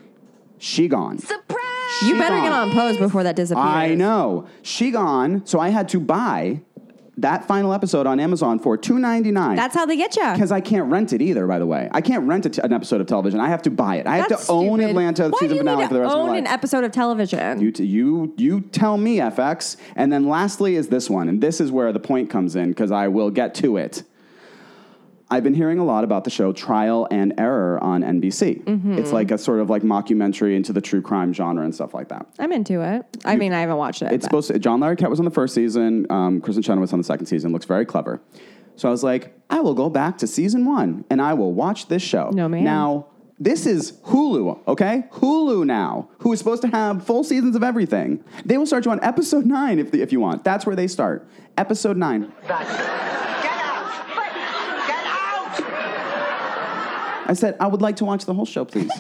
Speaker 2: she gone.
Speaker 1: Surprise! You better get on pose before that disappears.
Speaker 2: I know she gone. So I had to buy that final episode on Amazon for two ninety nine.
Speaker 1: That's how they get you.
Speaker 2: because I can't rent it either. By the way, I can't rent a t- an episode of television. I have to buy it. I have
Speaker 1: That's
Speaker 2: to own
Speaker 1: stupid.
Speaker 2: Atlanta
Speaker 1: Why do
Speaker 2: season
Speaker 1: you
Speaker 2: finale
Speaker 1: need to
Speaker 2: for the rest
Speaker 1: own
Speaker 2: of my life.
Speaker 1: an episode of television.
Speaker 2: You, t- you, you tell me, FX. And then lastly is this one. And this is where the point comes in because I will get to it. I've been hearing a lot about the show Trial and Error on NBC.
Speaker 1: Mm-hmm.
Speaker 2: It's like a sort of like mockumentary into the true crime genre and stuff like that.
Speaker 1: I'm into it. I mean, I haven't watched it. but-
Speaker 2: It's supposed to, John Larroquette was on the first season. Um, Kristen Chenoweth on the second season. Looks very clever. So I was like, I will go back to season one and I will watch this show.
Speaker 1: No, ma'am.
Speaker 2: Now, this is Hulu, okay? Hulu now, who is supposed to have full seasons of everything. They will start you on episode nine if, the, if you want. That's where they start. Episode nine.
Speaker 8: That's Get out! Get out!
Speaker 2: I said, I would like to watch the whole show, please.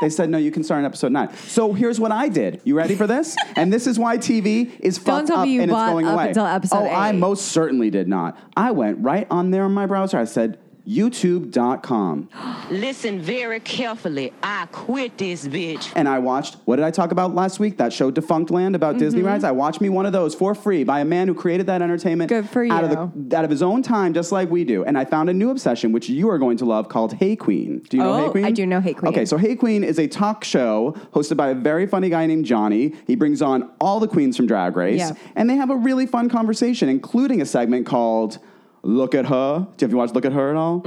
Speaker 2: they said, no, you can start in episode nine. So here's what I did. You ready for this? and this is why TV is
Speaker 1: Don't
Speaker 2: fucked
Speaker 1: tell me
Speaker 2: up
Speaker 1: you
Speaker 2: and it's
Speaker 1: bought
Speaker 2: going
Speaker 1: up
Speaker 2: away.
Speaker 1: until episode
Speaker 2: oh, I
Speaker 1: eight.
Speaker 2: most certainly did not. I went right on there on my browser. I said, YouTube.com.
Speaker 9: Listen very carefully. I quit this bitch.
Speaker 2: And I watched, what did I talk about last week? That show Defunct Land about Disney
Speaker 1: Mm-hmm.
Speaker 2: rides. I watched me one of those for free by a man who created that entertainment
Speaker 1: Good for
Speaker 2: out
Speaker 1: you.
Speaker 2: of the, out of his own time, just like we do. And I found a new obsession, which you are going to love, called Hey Queen. Do you know
Speaker 1: Oh,
Speaker 2: Hey Queen?
Speaker 1: I do know Hey Queen.
Speaker 2: Okay, so Hey Queen is a talk show hosted by a very funny guy named Johnny. He brings on all the queens from Drag Race,
Speaker 1: Yeah.
Speaker 2: and they have a really fun conversation, including a segment called. Look at her. Do you have you watched Look at Her at all?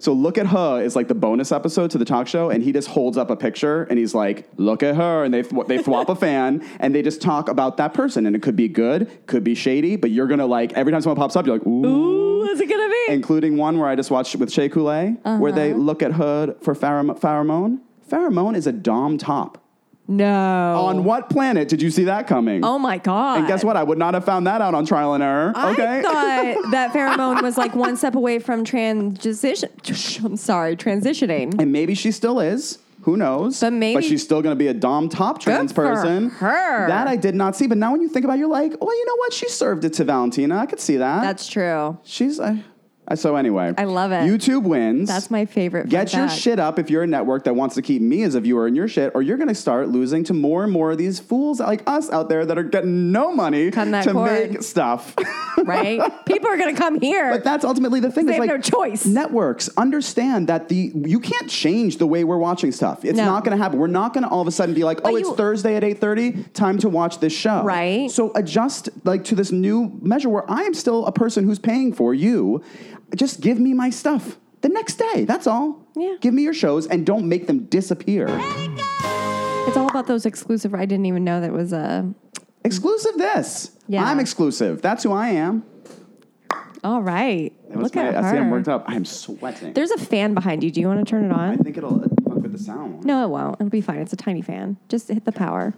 Speaker 2: So look at her is like the bonus episode to the talk show, and he just holds up a picture and he's like, "Look at her," and they thw- they thwap a fan and they just talk about that person, and it could be good, could be shady, but you're gonna like every time someone pops up, you're like, "Ooh."
Speaker 1: What's it gonna be?
Speaker 2: Including one where I just watched with Shea Coulee, where
Speaker 1: Uh-huh.
Speaker 2: they look at her for pherom- pheromone. Pheromone is a dom top.
Speaker 1: no.
Speaker 2: On what planet did you see that coming?
Speaker 1: Oh my god.
Speaker 2: and guess what? I would not have found that out on trial and error. okay.
Speaker 1: I thought that pheromone was like one step away from transition. I'm sorry, transitioning.
Speaker 2: And maybe she still is. Who knows?
Speaker 1: But maybe-
Speaker 2: she's still going to be a dom top trans
Speaker 1: for
Speaker 2: person.
Speaker 1: her.
Speaker 2: That I did not see. But now when you think about, it, you're like, well, you know what? She served it to Valentina. I could see that.
Speaker 1: That's true.
Speaker 2: she's. I, I so anyway.
Speaker 1: I love it.
Speaker 2: YouTube wins.
Speaker 1: That's my favorite.
Speaker 2: Get
Speaker 1: fun
Speaker 2: your
Speaker 1: fact.
Speaker 2: shit up if you're a network that wants to keep me as a viewer in your shit, or you're going to start losing to more and more of these fools like us out there that are getting no money
Speaker 1: Cut that
Speaker 2: to
Speaker 1: cord.
Speaker 2: make stuff.
Speaker 1: right. People are gonna come here.
Speaker 2: But that's ultimately the thing.
Speaker 1: They
Speaker 2: It's
Speaker 1: have
Speaker 2: like
Speaker 1: no choice.
Speaker 2: Networks understand that the you can't change the way we're watching stuff. It's
Speaker 1: No.
Speaker 2: not going to happen. We're not going to all of a sudden be like, oh,
Speaker 1: But
Speaker 2: it's
Speaker 1: you-
Speaker 2: Thursday at eight thirty, time to watch this show.
Speaker 1: Right.
Speaker 2: So adjust like to this new measure where I am still a person who's paying for you. Just give me my stuff the next day. That's all.
Speaker 1: Yeah.
Speaker 2: Give me your shows and don't make them disappear.
Speaker 1: it's all about those exclusive. I didn't even know that was a.
Speaker 2: exclusive this.
Speaker 1: Yeah.
Speaker 2: I'm exclusive. That's who I am.
Speaker 1: All right.
Speaker 2: That was
Speaker 1: Look
Speaker 2: my-
Speaker 1: at
Speaker 2: I
Speaker 1: her.
Speaker 2: see I'm worked up. I'm sweating.
Speaker 1: There's a fan behind you. Do you want to turn it
Speaker 2: I
Speaker 1: on?
Speaker 2: think it'll uh, fuck with the sound.
Speaker 1: No, it won't. It'll be fine. It's a tiny fan. Just hit the power.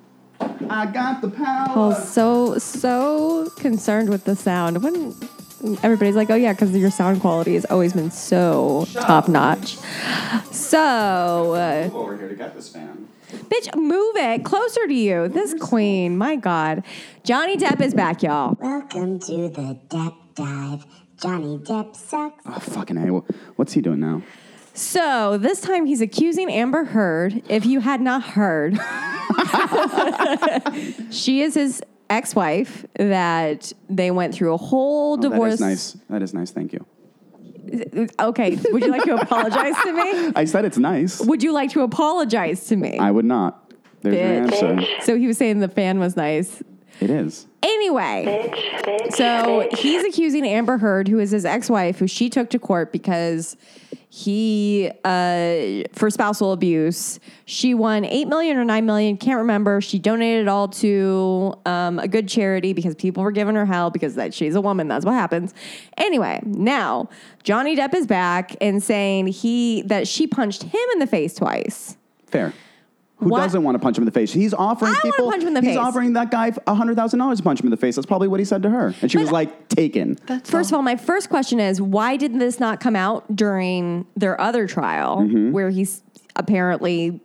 Speaker 2: I got the power.
Speaker 1: Paul's so so concerned with the sound. When everybody's like, "Oh yeah," because your sound quality has always been so top notch. So, uh,
Speaker 2: Move over here to get this fan.
Speaker 1: bitch, move it closer to you. This queen, my god, Johnny Depp is back, y'all.
Speaker 5: Welcome to the Depp Dive. Johnny Depp sucks.
Speaker 2: Oh, fucking hey, what's he doing now?
Speaker 1: So this time he's accusing Amber Heard. If you had not heard, she is his ex-wife that they went through a whole divorce.
Speaker 2: Oh, That is nice. That is nice. Thank you.
Speaker 1: Okay, would you like to apologize to me?
Speaker 2: I said it's nice.
Speaker 1: Would you like to apologize to me?
Speaker 2: I would not. There's
Speaker 1: Bitch.
Speaker 2: your answer.
Speaker 1: so he was saying the fan was nice.
Speaker 2: It is.
Speaker 1: Anyway, so he's accusing Amber Heard, who is his ex wife, who she took to court because He uh, for spousal abuse. She won eight million or nine million, can't remember. She donated it all to um, a good charity because people were giving her hell because that she's a woman. That's what happens. Anyway, now Johnny Depp is back and saying he that she punched him in the face twice.
Speaker 2: Fair. Who
Speaker 1: Why-
Speaker 2: doesn't want to punch him in the face? He's offering
Speaker 1: I wanna
Speaker 2: people.
Speaker 1: punch him in the
Speaker 2: he's
Speaker 1: face.
Speaker 2: offering that guy hundred thousand dollars to punch him in the face. That's probably what he said to her, and she was like, "Taken."
Speaker 1: First of all, my first question is why did this not come out during their other trial
Speaker 2: Mm-hmm.
Speaker 1: where he's apparently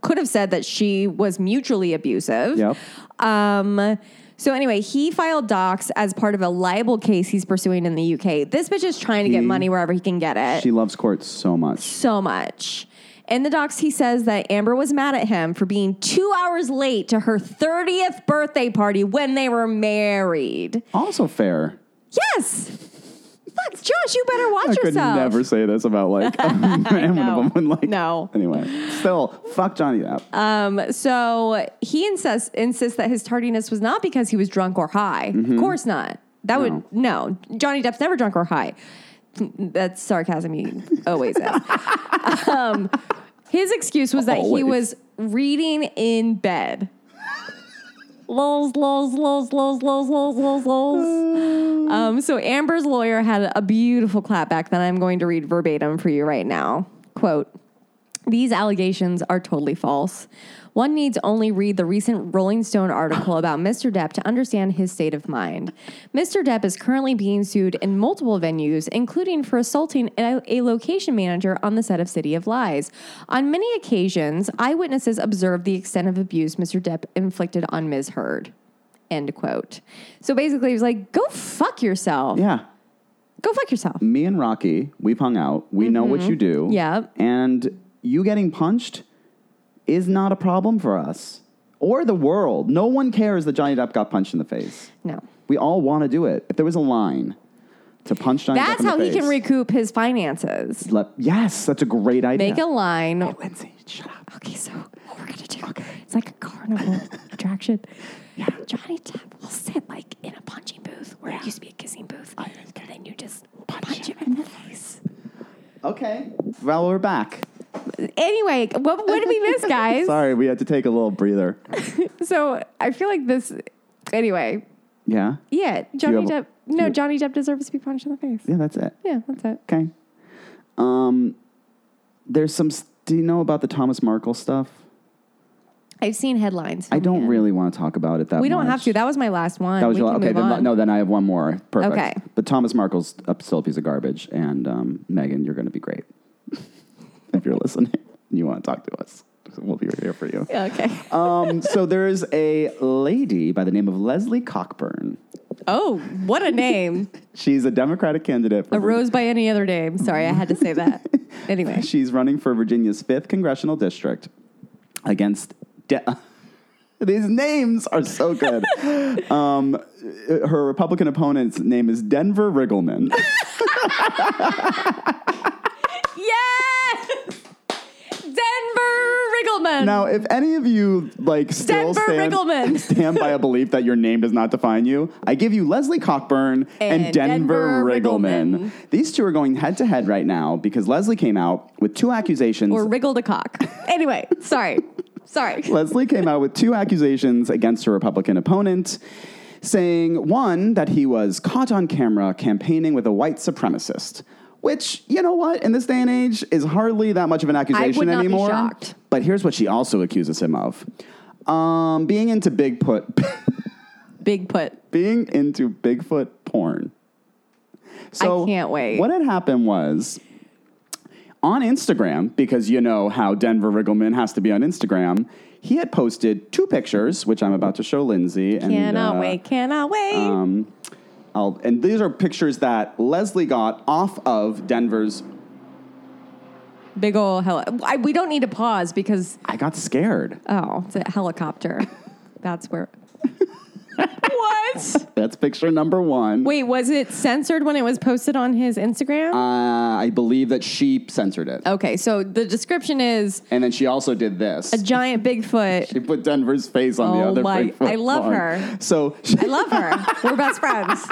Speaker 1: could have said that she was mutually abusive?
Speaker 2: Yep.
Speaker 1: Um, so anyway, he filed docs as part of a libel case he's pursuing in the UK. This bitch is trying to get
Speaker 2: He-
Speaker 1: money wherever he can get it
Speaker 2: She loves court so much.
Speaker 1: so much. In the docs, he says that Amber was mad at him for being two hours late to her 30th birthday party when they were married.
Speaker 2: Also fair.
Speaker 1: Yes. Fuck, Josh, you better watch
Speaker 2: I could
Speaker 1: yourself.
Speaker 2: never say this about like a man when a
Speaker 1: know.
Speaker 2: woman like
Speaker 1: No. Uh,
Speaker 2: Anyway, still fuck Johnny Depp.
Speaker 1: So he insists insists that his tardiness was not because he was drunk or high. Of course not. That would no. Johnny Depp's never drunk or high. That's sarcasm. He always is. um, his excuse was that he
Speaker 2: Always.
Speaker 1: was reading in bed. Lols, lols, lols, lols, lols, lols, lols, lols. Um, so Amber's lawyer had a beautiful clapback that I'm going to read verbatim for you right now. Quote. These allegations are totally false. One needs only read the recent Rolling Stone article about Mr. Depp to understand his state of mind. Mr. Depp is currently being sued in multiple venues, including for assaulting a, a location manager on the set of City of Lies. On many occasions, eyewitnesses observed the extent of abuse Mr. Depp inflicted on Ms. Heard. End quote. So basically, he was like, go fuck yourself.
Speaker 2: yeah. Mm.
Speaker 1: Go fuck yourself.
Speaker 2: Me and Rocky, we've hung out. We know what you do.
Speaker 1: Mm-hmm. Yep.
Speaker 2: And you getting punched is not a problem for us or the world. No one cares that Johnny Depp got punched in the face.
Speaker 1: No.
Speaker 2: We all want to do it. If there was a line to punch Johnny Depp
Speaker 1: That's
Speaker 2: in the
Speaker 1: how he
Speaker 2: face,
Speaker 1: can recoup his finances.
Speaker 2: let- yes, that's a great idea.
Speaker 1: Make a line.
Speaker 2: Lindsay, shut up.
Speaker 1: Okay, so what we're gonna do? It's like a carnival attraction. Johnny Depp will sit like in a punching booth where it used to be a kissing booth,
Speaker 2: Oh,
Speaker 1: and then you just punch, him in the face.
Speaker 2: Okay. Well, we're back.
Speaker 1: Anyway, what, what did we miss, guys?
Speaker 2: Sorry, we had to take a little breather.
Speaker 1: So I feel like this. Anyway,
Speaker 2: Yeah.
Speaker 1: yeah, Johnny
Speaker 2: have a-
Speaker 1: Depp.
Speaker 2: do
Speaker 1: No,
Speaker 2: you-
Speaker 1: Johnny Depp deserves to be punched in the face.
Speaker 2: Yeah, that's it.
Speaker 1: Yeah, that's it.
Speaker 2: Okay. Um, there's some. s- Do you know about the Thomas Markle stuff?
Speaker 1: I've seen headlines.
Speaker 2: I don't
Speaker 1: Yeah.
Speaker 2: really want to talk about it that
Speaker 1: We
Speaker 2: much.
Speaker 1: don't have to. That was my last one.
Speaker 2: That was
Speaker 1: we
Speaker 2: your
Speaker 1: can
Speaker 2: okay.
Speaker 1: move
Speaker 2: Then,
Speaker 1: on.
Speaker 2: no, then I have one more. Perfect.
Speaker 1: Okay.
Speaker 2: But Thomas Markle's a- still a piece of garbage, and um, Megan, you're going to be great if you're listening. and You want to talk to us? We'll be here for you.
Speaker 1: Okay.
Speaker 2: Um, so there's a lady by the name of Leslie Cockburn.
Speaker 1: oh, what a name.
Speaker 2: She's a Democratic candidate for
Speaker 1: A rose by any other name. Sorry, I had to say that. Anyway.
Speaker 2: She's running for Virginia's 5th congressional district against. De- These names are so good. um, her Republican opponent's name is Denver Riggleman.
Speaker 1: Yes! Denver Riggleman.
Speaker 2: now, if any of you like still
Speaker 1: Denver
Speaker 2: stand,
Speaker 1: Riggleman.
Speaker 2: stand by a belief that your name does not define you, I give you Leslie Cockburn and,
Speaker 1: And
Speaker 2: Denver,
Speaker 1: Denver
Speaker 2: Riggleman. These two are going head to head right now because Leslie came out with two accusations.
Speaker 1: Or wriggled a cock. Anyway, sorry. Sorry.
Speaker 2: Leslie came out with two accusations against her Republican opponent, saying one, that he was caught on camera campaigning with a white supremacist, which, you know what, in this day and age is hardly that much of an accusation
Speaker 1: not be
Speaker 2: anymore.
Speaker 1: shocked.
Speaker 2: But here's what she also accuses him of um, being into big put,
Speaker 1: Big put.
Speaker 2: being into Bigfoot porn. So
Speaker 1: can't wait.
Speaker 2: What had happened was on Instagram, because you know how Denver Riggleman has to be on Instagram, he had posted two pictures, which I'm about to show Lindsay. And,
Speaker 1: Cannot
Speaker 2: uh,
Speaker 1: wait. Cannot wait.
Speaker 2: Um, I'll, and these are pictures that Leslie got off of Denver's.
Speaker 1: Big ol' heli. I, we don't need to pause because,
Speaker 2: I got scared.
Speaker 1: oh, it's a helicopter. That's where. what?
Speaker 2: That's picture number one.
Speaker 1: Wait, was it censored when it was posted on his Instagram?
Speaker 2: Uh, I believe that she censored it.
Speaker 1: okay, so the description is
Speaker 2: And then she also did this.
Speaker 1: a giant Bigfoot.
Speaker 2: She put Denver's face on the
Speaker 1: Oh
Speaker 2: other.
Speaker 1: my-
Speaker 2: Bigfoot
Speaker 1: I love
Speaker 2: log.
Speaker 1: her.
Speaker 2: So she,
Speaker 1: I love her. We're best friends.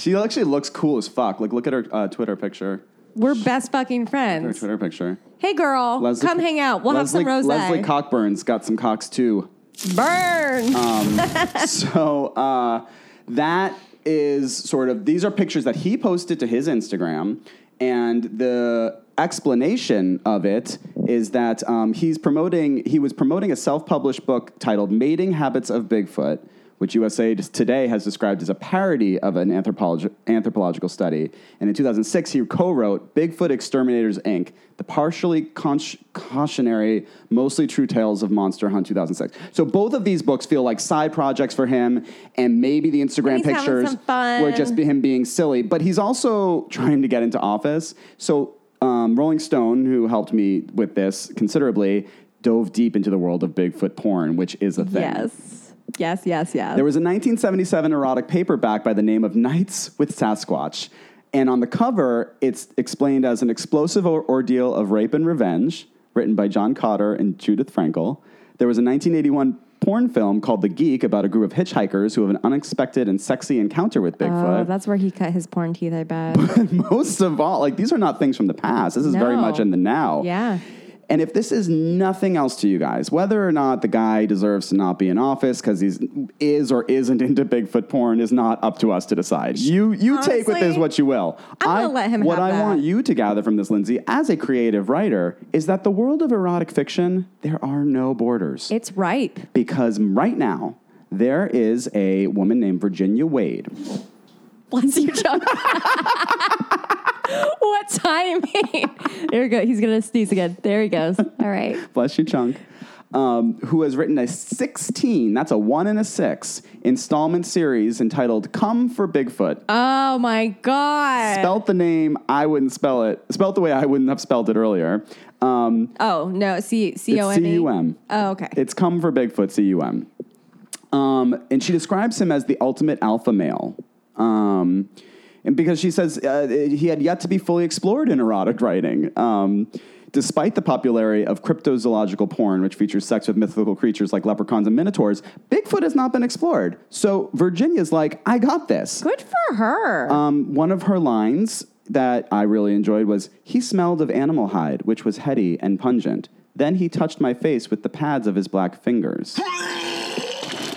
Speaker 2: she actually looks cool as fuck. Like, look at her uh, Twitter picture.
Speaker 1: We're best fucking
Speaker 2: Her
Speaker 1: friends.
Speaker 2: Twitter picture.
Speaker 1: Hey, girl,
Speaker 2: Leslie-
Speaker 1: Oh, come hang out. We'll
Speaker 2: Leslie,
Speaker 1: have some rosé.
Speaker 2: Leslie Cockburn's got some cocks too.
Speaker 1: Burn.
Speaker 2: Uh, so uh, that is sort of these are pictures that he posted to his Instagram, and the explanation of it is that um, he's promoting he was promoting a self published book titled "Mating Habits of Bigfoot." Which USA Today has described as a parody of an anthropolog- anthropological study. And in 2006, he co wrote Bigfoot Exterminators, Inc., the partially conch- cautionary, mostly true tales of Monster Hunt 2006. So both of these books feel like side projects for him, and maybe the Instagram
Speaker 1: He's having
Speaker 2: pictures
Speaker 1: some fun.
Speaker 2: were just be- him being silly. But he's also trying to get into office. So um, Rolling Stone, who helped me with this considerably, dove deep into the world of Bigfoot porn, which is a thing.
Speaker 1: yes. Yes, yes, yes.
Speaker 2: There was a 1977 erotic paperback by the name of Nights with Sasquatch. And on the cover, it's explained as an explosive or- ordeal of rape and revenge, written by John Cotter and Judith Frankel. There was a 1981 porn film called The Geek about a group of hitchhikers who have an unexpected and sexy encounter with
Speaker 1: oh,
Speaker 2: Bigfoot.
Speaker 1: that's where he cut his porn teeth, I bet.
Speaker 2: Most of all, like these are not things from the past. This is very
Speaker 1: No.
Speaker 2: much in the now.
Speaker 1: Yeah.
Speaker 2: And if this is nothing else to you guys, whether or not the guy deserves to not be in office because he's is or isn't into Bigfoot porn is not up to us to decide. You you take with this
Speaker 1: Honestly,
Speaker 2: what you will.
Speaker 1: I'm gonna let him
Speaker 2: What
Speaker 1: have
Speaker 2: I
Speaker 1: that.
Speaker 2: want you to gather from this, Lindsay, as a creative writer, is that the world of erotic fiction there are no borders
Speaker 1: It's ripe.
Speaker 2: because right now there is a woman named Virginia Wade.
Speaker 1: Bless you, Chuck. what timing? there we go. He's gonna sneeze again. There he goes. All right.
Speaker 2: bless you, Chunk, um, who has written a 16, that's a one and a six, installment series entitled Come for Bigfoot.
Speaker 1: Oh my god.
Speaker 2: Spelt the name, I wouldn't spell it. Spelt the way I wouldn't have spelled it earlier. Um,
Speaker 1: oh no. C C O
Speaker 2: it's
Speaker 1: M.
Speaker 2: C U M.
Speaker 1: Oh okay.
Speaker 2: It's Come for Bigfoot, C U M. Um, and she describes him as the ultimate alpha male. Um, and because she says uh, he had yet to be fully explored in erotic writing. Um, despite the popularity of cryptozoological porn, which features sex with mythical creatures like leprechauns and minotaurs, Bigfoot has not been explored. So Virginia's like, I got this.
Speaker 1: Good for her.
Speaker 2: Um, one of her lines that I really enjoyed was He smelled of animal hide, which was heady and pungent. Then he touched my face with the pads of his black fingers.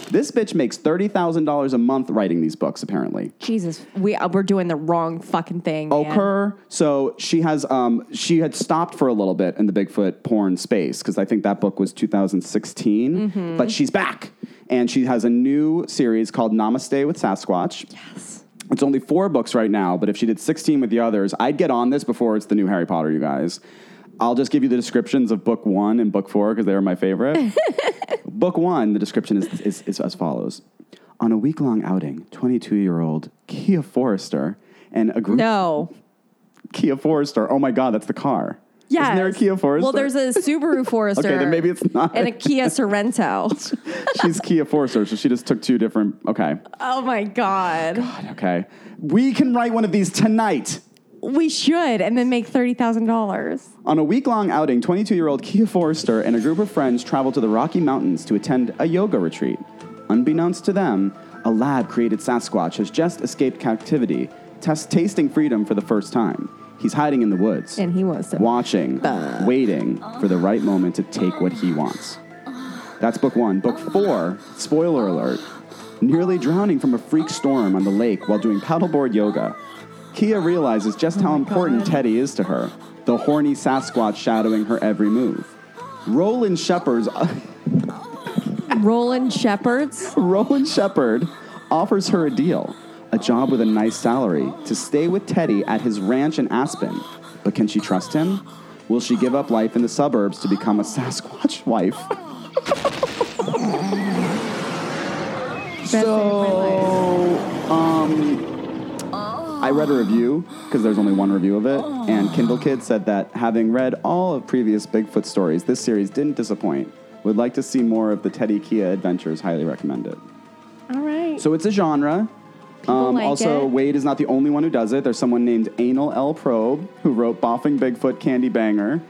Speaker 2: this bitch makes $30,000 a month writing these books, apparently.
Speaker 1: Jesus, we uh, we're doing the wrong fucking thing.
Speaker 2: Oh,
Speaker 1: man.
Speaker 2: Okur. So she has um she had stopped for a little bit in the Bigfoot porn space because I think that book was 2016. But she's back. And she has a new series called Namaste with Sasquatch. Yes. It's only four books right now, but if she did 16 with the others, I'd get on this before it's the new Harry Potter, you guys. I'll just give you the descriptions of book one and book four because they were my favorite. Book one, the description is, is, is as follows. On a week long outing, 22 year old Kia Forrester and a group
Speaker 1: No.
Speaker 2: Kia Forester. Oh my God, that's the car. Isn't there a
Speaker 1: Yes.
Speaker 2: Kia Forester?
Speaker 1: Well, there's a Subaru Forester.
Speaker 2: Okay, then maybe it's not.
Speaker 1: And a Kia Sorrento.
Speaker 2: She's Kia Forester, so she just took two different. Okay.
Speaker 1: oh my god.
Speaker 2: Okay. We can write one of these tonight.
Speaker 1: We should, and then make thirty thousand dollars.
Speaker 2: On a week long outing, 22 year old Kia Forrester and a group of friends travel to the Rocky Mountains to attend a yoga retreat. Unbeknownst to them, a lab created Sasquatch has just escaped captivity, test- tasting freedom for the first time. He's hiding in the woods.
Speaker 1: And he wants to-
Speaker 2: Watching, waiting for the right moment to take what he wants. That's book one. Book four, spoiler alert, nearly drowning from a freak storm on the lake while doing paddleboard yoga. Kia realizes just how important Teddy is to her, the horny Sasquatch shadowing her every move. Roland Shepherd's
Speaker 1: Roland Shepherds.
Speaker 2: Roland Shepherd offers her a deal, a job with a nice salary, to stay with Teddy at his ranch in Aspen. But can she trust him? Will she give up life in the suburbs to become a Sasquatch wife? so, um, I read a review because there's only one review of it, and Kindle Kid said that having read all of previous Bigfoot stories, this series didn't disappoint. Would like to see more of the Teddy Kia adventures. Highly recommend it.
Speaker 1: All right.
Speaker 2: So it's a genre. Um,
Speaker 1: like
Speaker 2: also,
Speaker 1: it.
Speaker 2: Wade is not the only one who does it. There's someone named Anal L. Probe who wrote Boffing Bigfoot Candy Banger.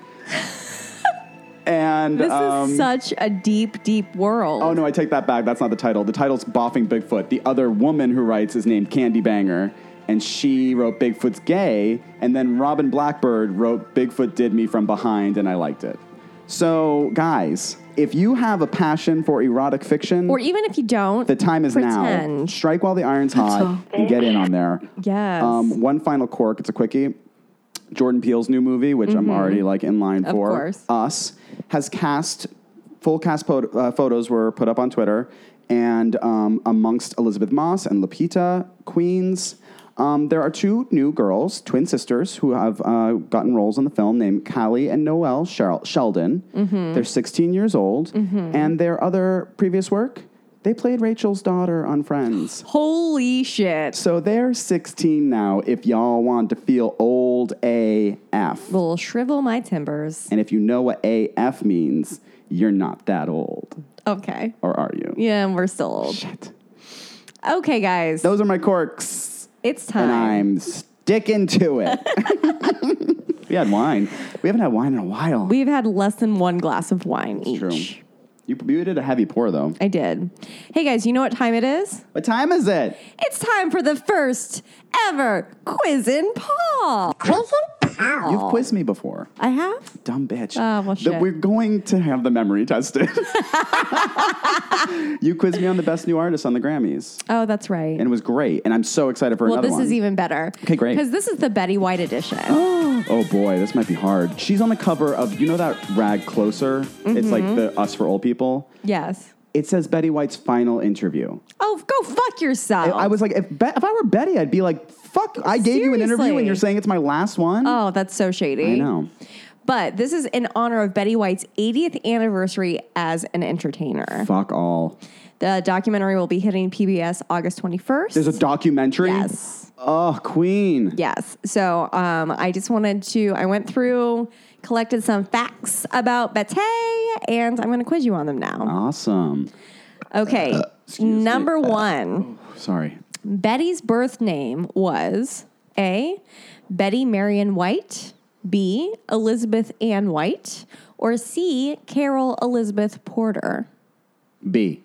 Speaker 2: and
Speaker 1: This
Speaker 2: um,
Speaker 1: is such a deep, deep world.
Speaker 2: oh no, I take that back. That's not the title. The title's Boffing Bigfoot. The other woman who writes is named Candy Banger. and she wrote Bigfoot's Gay, and then Robin Blackbird wrote Bigfoot Did Me From Behind, and I liked it. So, guys, if you have a passion for erotic fiction,
Speaker 1: Or even if you don't,
Speaker 2: the time is now.
Speaker 1: pretend.
Speaker 2: Strike while the iron's hot and get in on there.
Speaker 1: Yes.
Speaker 2: Um, one final quirk. It's a quickie. Jordan Peele's new movie, which I'm already like in line for.
Speaker 1: course.
Speaker 2: Us has cast full cast po- uh, photos were put up on Twitter, and um, amongst Elizabeth Moss and Lupita Queens. Um, there are two new girls, twin sisters, who have uh, gotten roles in the film named Callie and Noelle Shel- Sheldon. They're 16 years old, and their other previous work, they played Rachel's daughter on Friends.
Speaker 1: Holy shit.
Speaker 2: So they're 16 now if y'all want to feel old AF.
Speaker 1: Will shrivel my timbers.
Speaker 2: And if you know what AF means, you're not that old.
Speaker 1: Okay.
Speaker 2: Or are you?
Speaker 1: Yeah, and we're still old.
Speaker 2: Shit.
Speaker 1: Okay, guys.
Speaker 2: Those are my quirks.
Speaker 1: it's
Speaker 2: And
Speaker 1: time.
Speaker 2: I'm sticking to it. we had wine. We haven't had wine in a while.
Speaker 1: We've had less than one glass of wine each.
Speaker 2: True. You, you did a heavy pour, though.
Speaker 1: I did. Hey, guys, you know what time it is?
Speaker 2: What time is it?
Speaker 1: It's time for the first ever Quiz and Paul.
Speaker 2: You've quizzed me before.
Speaker 1: I have?
Speaker 2: dumb bitch.
Speaker 1: Oh, well,
Speaker 2: The-
Speaker 1: shit.
Speaker 2: we're going to have the memory tested. you quizzed me on the best new artist on the Grammys,
Speaker 1: Oh, that's right.
Speaker 2: and it was great. And I'm so excited for
Speaker 1: well,
Speaker 2: another
Speaker 1: this
Speaker 2: one.
Speaker 1: is even better.
Speaker 2: Okay, great.
Speaker 1: Because this is the Betty White edition.
Speaker 2: oh boy, this might be hard. She's on the cover of you know that rag closer. It's like
Speaker 1: Mm-hmm.
Speaker 2: the Us for Old People.
Speaker 1: yes.
Speaker 2: It says Betty White's final interview.
Speaker 1: Oh, go fuck yourself.
Speaker 2: I- I was like, if Be- if I were Betty, I'd be like, fuck, I gave you an interview,
Speaker 1: Seriously.
Speaker 2: and you're saying it's my last one.
Speaker 1: Oh, that's so shady.
Speaker 2: I know.
Speaker 1: But this is in honor of Betty White's 80th anniversary as an entertainer.
Speaker 2: Fuck all.
Speaker 1: The documentary will be hitting PBS August 21st.
Speaker 2: There's a documentary.
Speaker 1: Yes.
Speaker 2: Oh, Queen.
Speaker 1: Yes. So um, I just wanted to, I went through, collected some facts about Betty, and I'm going to quiz you on them now.
Speaker 2: Awesome.
Speaker 1: Okay. Number one.
Speaker 2: Sorry.
Speaker 1: Betty's birth name was A. Betty Marion White, B. Elizabeth Ann White, or C. Carol Elizabeth Porter.
Speaker 2: B.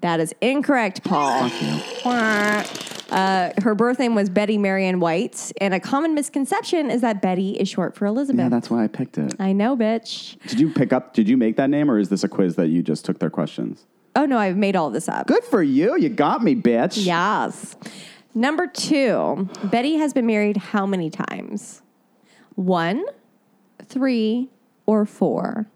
Speaker 1: That is incorrect, Paul. Wah. Uh, her birth name was Betty Marion White, and a common misconception is that Betty is short for Elizabeth.
Speaker 2: Yeah, that's why I picked it.
Speaker 1: I know, bitch.
Speaker 2: Did you pick up? Did you make that name, or is this a quiz that you just took their questions?
Speaker 1: Oh no, I've made all this up.
Speaker 2: Good for you. You got me, bitch.
Speaker 1: Yes. Number two, Betty has been married how many times? One, three, or four?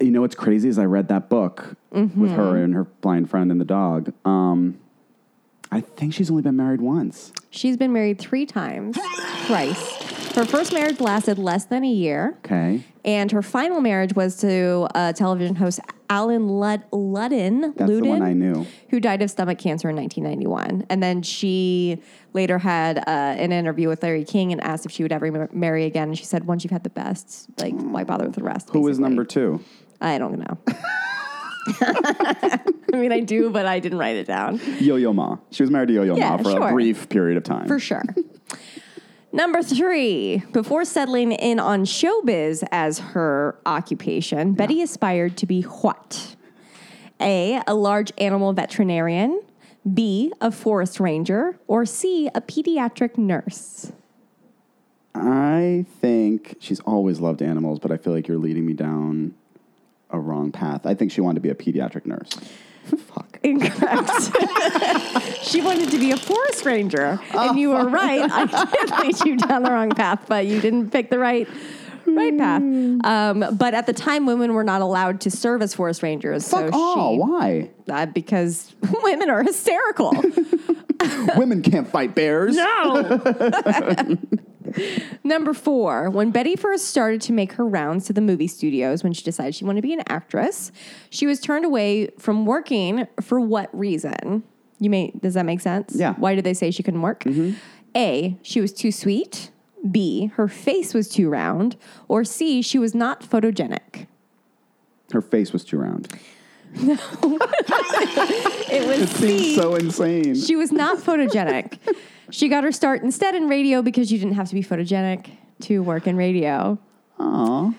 Speaker 2: You know what's crazy is I read that book with
Speaker 1: Mm-hmm.
Speaker 2: her and her blind friend and the dog. Um, I think she's only been married once.
Speaker 1: She's been married three times, thrice. Her first marriage lasted less than a year,
Speaker 2: Okay.
Speaker 1: and her final marriage was to uh, television host Alan Lud- Ludden,
Speaker 2: That's the
Speaker 1: Ludden,
Speaker 2: one I knew.
Speaker 1: who died of stomach cancer in 1991. And then she later had uh, an interview with Larry King and asked if she would ever mar- marry again. And she said, once you've had the best, like, why bother with the rest?
Speaker 2: Who was
Speaker 1: basically.
Speaker 2: number two?
Speaker 1: I don't know. I mean, I do, but I didn't write it down
Speaker 2: Yo Yo Ma. She was married to Yo Yo
Speaker 1: Yeah,
Speaker 2: Ma for
Speaker 1: sure.
Speaker 2: a brief period of time.
Speaker 1: for sure. Number three, before settling in on showbiz as her occupation, Betty aspired to be what? A, a large animal veterinarian, B, a forest ranger, or C, a pediatric nurse.
Speaker 2: I think she's always loved animals, but I feel like you're leading me down a wrong path. I think she wanted to be a pediatric nurse. Fuck.
Speaker 1: Incorrect. she wanted to be a forest ranger, and you were right. I did lead you down the wrong path, but you didn't pick the right right path. Um, but at the time, women were not allowed to serve as forest rangers. so
Speaker 2: Fuck all.
Speaker 1: she,
Speaker 2: Why?
Speaker 1: Uh, because women are hysterical.
Speaker 2: Women can't fight bears.
Speaker 1: No. Number four, when Betty first started to make her rounds to the movie studios when she decided she wanted to be an actress, she was turned away from working for what reason? You may does that make sense?
Speaker 2: Yeah.
Speaker 1: Why did they say she couldn't work? A, she was too sweet. B, her face was too round, or C, she was not photogenic.
Speaker 2: Her face was too round.
Speaker 1: It was C.
Speaker 2: Seems so insane.
Speaker 1: she was not photogenic. she got her start instead in radio because you didn't have to be photogenic to work in radio.
Speaker 2: Aw.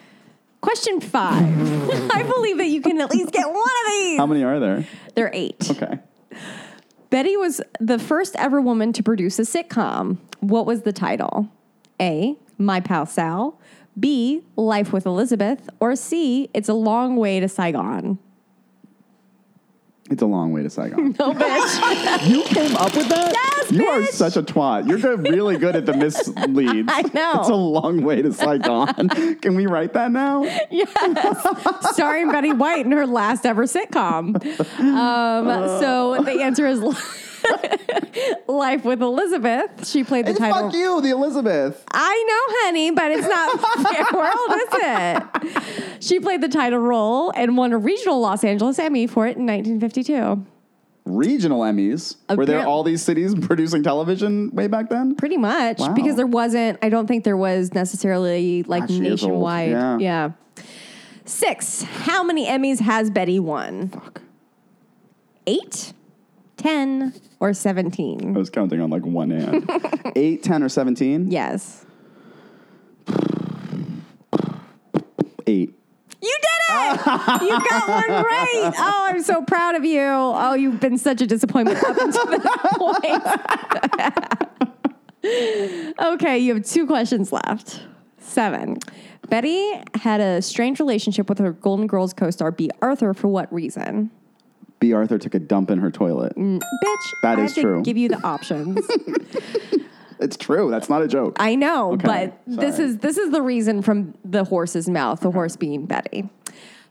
Speaker 1: Question five. I believe that you can at least get one of these.
Speaker 2: How many are there?
Speaker 1: There are eight.
Speaker 2: Okay.
Speaker 1: Betty was the first ever woman to produce a sitcom. What was the title? A. My Pal Sal. B. Life with Elizabeth. Or C. It's a Long Way to Saigon.
Speaker 2: It's a long way to Saigon.
Speaker 1: No, bitch.
Speaker 2: you came up with that?
Speaker 1: Yes,
Speaker 2: You are
Speaker 1: bitch.
Speaker 2: such a twat. You're good, really good at the misleads.
Speaker 1: I know.
Speaker 2: It's a long way to Saigon. Can we write that now?
Speaker 1: Starring Betty White in her last ever sitcom. Um, so the answer is Life with Elizabeth. She played the
Speaker 2: Hey,
Speaker 1: title.
Speaker 2: fuck you, the Elizabeth.
Speaker 1: I know, honey, but it's not fair world, is it? She played the title role and won a regional Los Angeles Emmy for it in 1952.
Speaker 2: Regional Emmys. Were there
Speaker 1: Apparent-
Speaker 2: all these cities producing television way back then?
Speaker 1: Pretty much,
Speaker 2: Wow.
Speaker 1: because there wasn't, I don't think there was necessarily like
Speaker 2: Gosh, she is old.
Speaker 1: nationwide.
Speaker 2: Yeah.
Speaker 1: Six, how many Emmys has Betty won?
Speaker 2: Fuck.
Speaker 1: Eight, 10, or 17?
Speaker 2: I was counting on like one hand. Eight, ten, or 17?
Speaker 1: Yes.
Speaker 2: Eight.
Speaker 1: You did it! you got one right. Oh, I'm so proud of you. Oh, you've been such a disappointment up until that point. okay, you have two questions left. Seven. Betty had a strange relationship with her Golden Girls co-star B. Arthur for what reason?
Speaker 2: B. Arthur took a dump in her toilet.
Speaker 1: Mm. Bitch,
Speaker 2: That
Speaker 1: I
Speaker 2: is
Speaker 1: have to
Speaker 2: true.
Speaker 1: Give you the options.
Speaker 2: It's true. That's not a joke.
Speaker 1: I know,
Speaker 2: Okay,
Speaker 1: but this
Speaker 2: sorry.
Speaker 1: is this is the reason from the horse's mouth, the horse being Betty.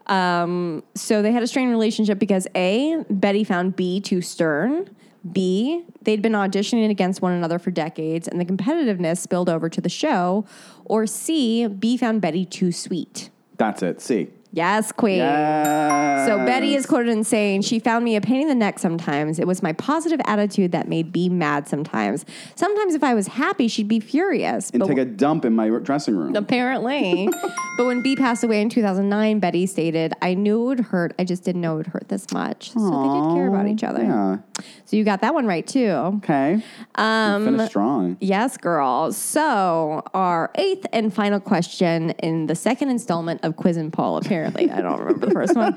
Speaker 1: Um, so they had a strained relationship because A, Betty found B too stern. B, they'd been auditioning against one another for decades and the competitiveness spilled over to the show. Or C, B found Betty too sweet.
Speaker 2: That's it. C.
Speaker 1: Yes, Queen.
Speaker 2: Yes.
Speaker 1: So Betty is quoted in saying, She found me a pain in the neck sometimes. It was my positive attitude that made B mad sometimes. Sometimes if I was happy, she'd be furious.
Speaker 2: And
Speaker 1: but
Speaker 2: take a dump in my dressing room.
Speaker 1: Apparently. but when B passed away in 2009, Betty stated, I knew it would hurt. I just didn't know it would hurt this much. So they did care about each other.
Speaker 2: Yeah.
Speaker 1: So you got that one right, too.
Speaker 2: Okay. Um, finish strong.
Speaker 1: Yes, girls. So our eighth and final question in the second installment of Quiz and Paul, apparently. I don't remember the first one.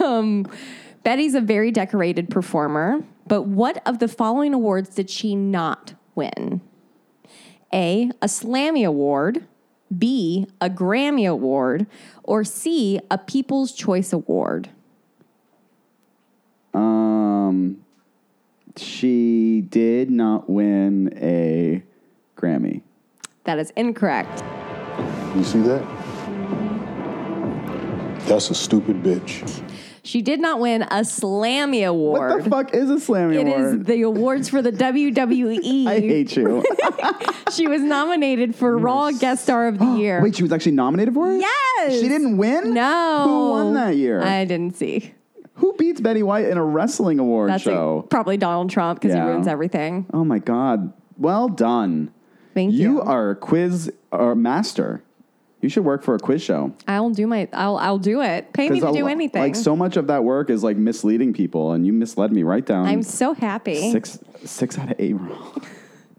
Speaker 1: Um, Betty's a very decorated performer, but what of the following awards did she not win? A, a Slammy Award, B, a Grammy Award, or C, a People's Choice Award.
Speaker 2: Um, she did not win a Grammy.
Speaker 1: That is incorrect.
Speaker 10: You see that? That's a stupid bitch.
Speaker 1: She did not win a Slammy Award.
Speaker 2: What the fuck is a Slammy
Speaker 1: It is
Speaker 2: Award?
Speaker 1: the awards for the WWE.
Speaker 2: I hate you.
Speaker 1: she was nominated for Raw Guest Star of the Year.
Speaker 2: Wait, she was actually nominated for it?
Speaker 1: yes.
Speaker 2: She didn't win?
Speaker 1: No.
Speaker 2: Who won that year?
Speaker 1: I didn't see.
Speaker 2: Who beats Betty White in a wrestling award
Speaker 1: That's
Speaker 2: show?
Speaker 1: it. probably Donald Trump because
Speaker 2: Yeah.
Speaker 1: he ruins everything.
Speaker 2: Oh my God. Well done.
Speaker 1: Thank you.
Speaker 2: You are a quiz or master. You should work for a quiz show.
Speaker 1: I'll do my. I'll. I'll do it. Pay me to
Speaker 2: Because a
Speaker 1: do
Speaker 2: lo-
Speaker 1: anything.
Speaker 2: Like so much of that work is like misleading people, and you misled me right down.
Speaker 1: I'm so happy.
Speaker 2: six six out of eight wrong.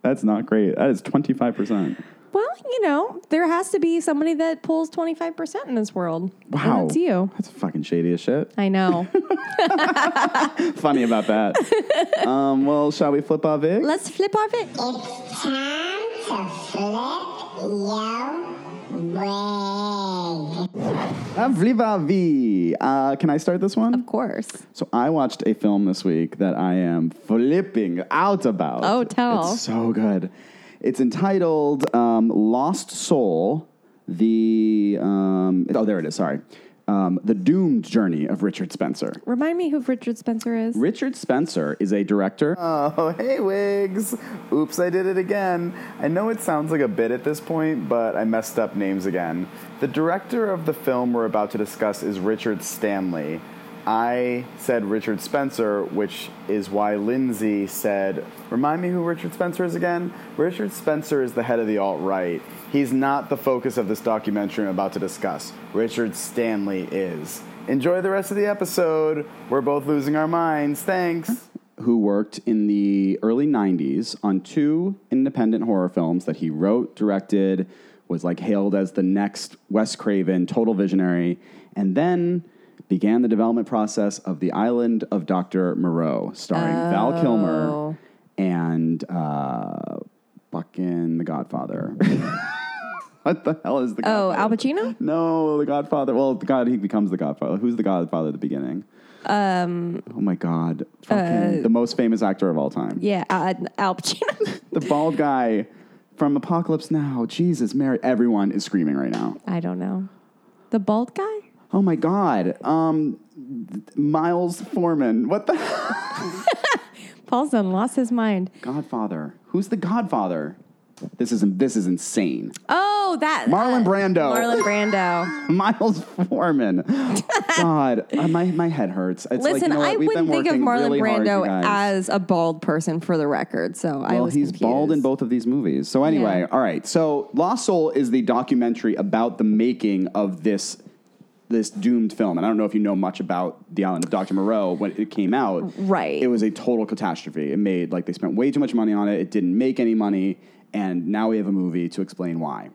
Speaker 2: That's not great. That is twenty five percent.
Speaker 1: Well, you know, there has to be somebody that pulls 25% in this world. And
Speaker 2: Wow,
Speaker 1: that's you.
Speaker 2: That's fucking shady as shit.
Speaker 1: I know.
Speaker 2: Funny about that. um, well, shall we flip our Vic?
Speaker 1: Let's flip our Vic.
Speaker 5: It's time to flip your wig.
Speaker 2: Uh, Viva V. Uh, can I start this one?
Speaker 1: Of course.
Speaker 2: So I watched a film this week that I am flipping out about.
Speaker 1: Oh, tell.
Speaker 2: It's so good. It's entitled um, "Lost Soul." The um, oh, there it is. Sorry, um, the doomed journey of Richard Spencer.
Speaker 1: Remind me who Richard Spencer is.
Speaker 2: Richard Spencer is a director. Oh, hey, Wigs. Oops, I did it again. I know it sounds like a bit at this point, but I messed up names again. The director of the film we're about to discuss is Richard Stanley. I said Richard Spencer, which is why Lindsay said, Remind me who Richard Spencer is again? Richard Spencer is the head of the alt right. He's not the focus of this documentary I'm about to discuss. Richard Stanley is. Enjoy the rest of the episode. We're both losing our minds. Thanks. Who worked in the early 90s on two independent horror films that he wrote, directed, was like hailed as the next Wes Craven, total visionary, and then began the development process of The Island of Dr. Moreau, starring
Speaker 1: Oh.
Speaker 2: Val Kilmer and uh, fucking The Godfather. what the hell is The
Speaker 1: Oh,
Speaker 2: Godfather?
Speaker 1: Al Pacino?
Speaker 2: No, The Godfather. Well, God, he becomes The Godfather. Who's The Godfather at the beginning? Um. Oh my God! Fucking the most famous actor of all time.
Speaker 1: uh, Yeah, uh, Al Pacino.
Speaker 2: The bald guy from Apocalypse Now. Jesus, Mary. Everyone is screaming right now.
Speaker 1: I don't know. The bald guy?
Speaker 2: Oh my God. Um, th- Miles Foreman. What the
Speaker 1: Paul's done lost his mind.
Speaker 2: Godfather? Who's the Godfather? This is this is insane.
Speaker 1: Oh, that
Speaker 2: Marlon
Speaker 1: uh,
Speaker 2: Brando.
Speaker 1: Marlon Brando.
Speaker 2: Miles Foreman. God, uh, my my head hurts. It's like, you
Speaker 1: Listen,
Speaker 2: know what?
Speaker 1: I
Speaker 2: We've been
Speaker 1: wouldn't think of
Speaker 2: working
Speaker 1: Marlon
Speaker 2: really hard, you
Speaker 1: Brando
Speaker 2: guys.
Speaker 1: as a bald person for the record. So I
Speaker 2: Well,
Speaker 1: was
Speaker 2: he's
Speaker 1: confused.
Speaker 2: bald in both of these movies. So anyway,
Speaker 1: Yeah.
Speaker 2: all right. So Lost Soul is the documentary about the making of this this doomed film. And I don't know if you know much about The Island of Dr. Moreau when it came out.
Speaker 1: Right.
Speaker 2: It was a total catastrophe. It made like they spent way too much money on it. It didn't make any money, and now we have a movie to explain why.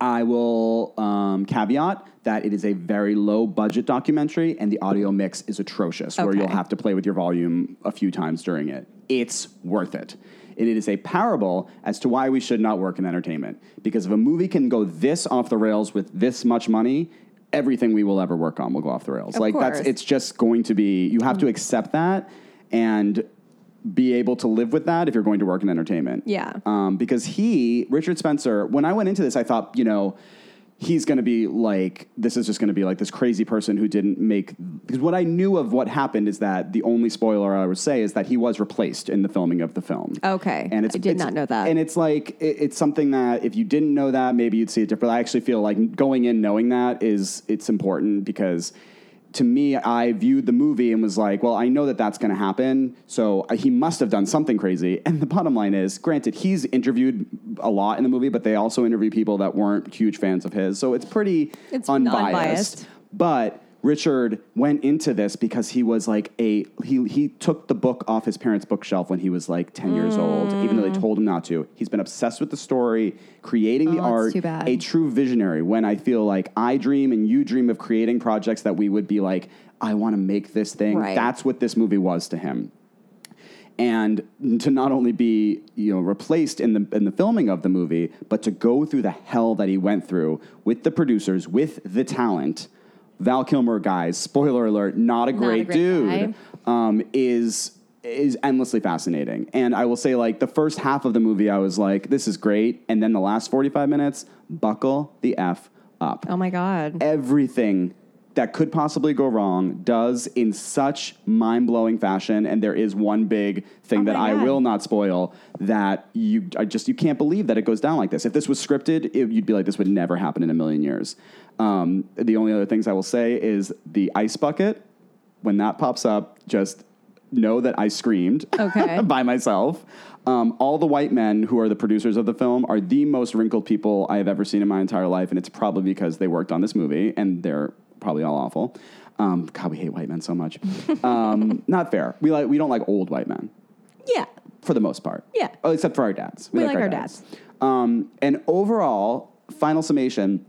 Speaker 2: I will um, caveat that it is a very low budget documentary and the audio mix is atrocious, where
Speaker 1: Okay.
Speaker 2: you'll have to play with your volume a few times during it. It's worth it. And it is a parable as to why we should not work in entertainment. Because if a movie can go this off the rails with this much money, everything we will ever work on will go off the rails.
Speaker 1: Of
Speaker 2: like that's
Speaker 1: course. Mm.
Speaker 2: it's just going to be you have to accept that and be able to live with that if you're going to work in entertainment.
Speaker 1: Yeah.
Speaker 2: Um, because he, Richard Spencer, when I went into this, I thought, you know, he's going to be like, this is just going to be like this crazy person who didn't make. Because what I knew of what happened is that the only spoiler I would say is that he was replaced in the filming of the film.
Speaker 1: Okay.
Speaker 2: And it's,
Speaker 1: I did
Speaker 2: it's-
Speaker 1: not know that.
Speaker 2: And it's like, it, it's something that if you didn't know that, maybe you'd see it different. I actually feel like going in knowing that is, it's important because to me, I viewed the movie and was like, well, I know that that's going to happen. So uh, he must have done something crazy. And the bottom line is, granted, he's interviewed a lot in the movie, but they also interview people that weren't huge fans of his. So it's pretty
Speaker 1: It's
Speaker 2: unbiased.
Speaker 1: unbiased.
Speaker 2: But Richard went into this because he was like a he he took the book off his parents' bookshelf when he was like 10 years old, even
Speaker 1: Mm.
Speaker 2: though they told him not to. He's been obsessed with the story, creating the
Speaker 1: Oh, that's
Speaker 2: art,
Speaker 1: too bad.
Speaker 2: a true visionary when I feel like I dream and you dream of creating projects that we would be like, I want to make this thing.
Speaker 1: Right.
Speaker 2: That's what this movie was to him. And to not only be you know replaced in the in the filming of the movie, but to go through the hell that he went through with the producers, with the talent. Val Kilmer, guys, spoiler alert, not a
Speaker 1: a
Speaker 2: great,
Speaker 1: great
Speaker 2: dude. Um, is is endlessly fascinating. And I will say, like the first half of the movie, I was like, "This is great," and then the last forty five minutes, buckle the f up.
Speaker 1: oh my god.
Speaker 2: Eh. Everything that could possibly go wrong does in such mind blowing fashion, and there is one big thing that
Speaker 1: Oh my
Speaker 2: I
Speaker 1: God.
Speaker 2: will not spoil that you I just you can't believe that it goes down like this. If this was scripted, it, you'd be like, "This would never happen in a million years." Um, the only other things I will say is the ice bucket when that pops up, just know that I screamed
Speaker 1: Okay.
Speaker 2: by myself. Um, all the white men who are the producers of the film are the most wrinkled people I have ever seen in my entire life, and it's probably because they worked on this movie and they're probably all awful. Um, God, we hate white men so much. Um, not fair. We like we don't like old white men
Speaker 1: Yeah.
Speaker 2: for the most part.
Speaker 1: Yeah.
Speaker 2: Oh, except for our dads.
Speaker 1: We like our dads.
Speaker 2: Um, and overall, final summation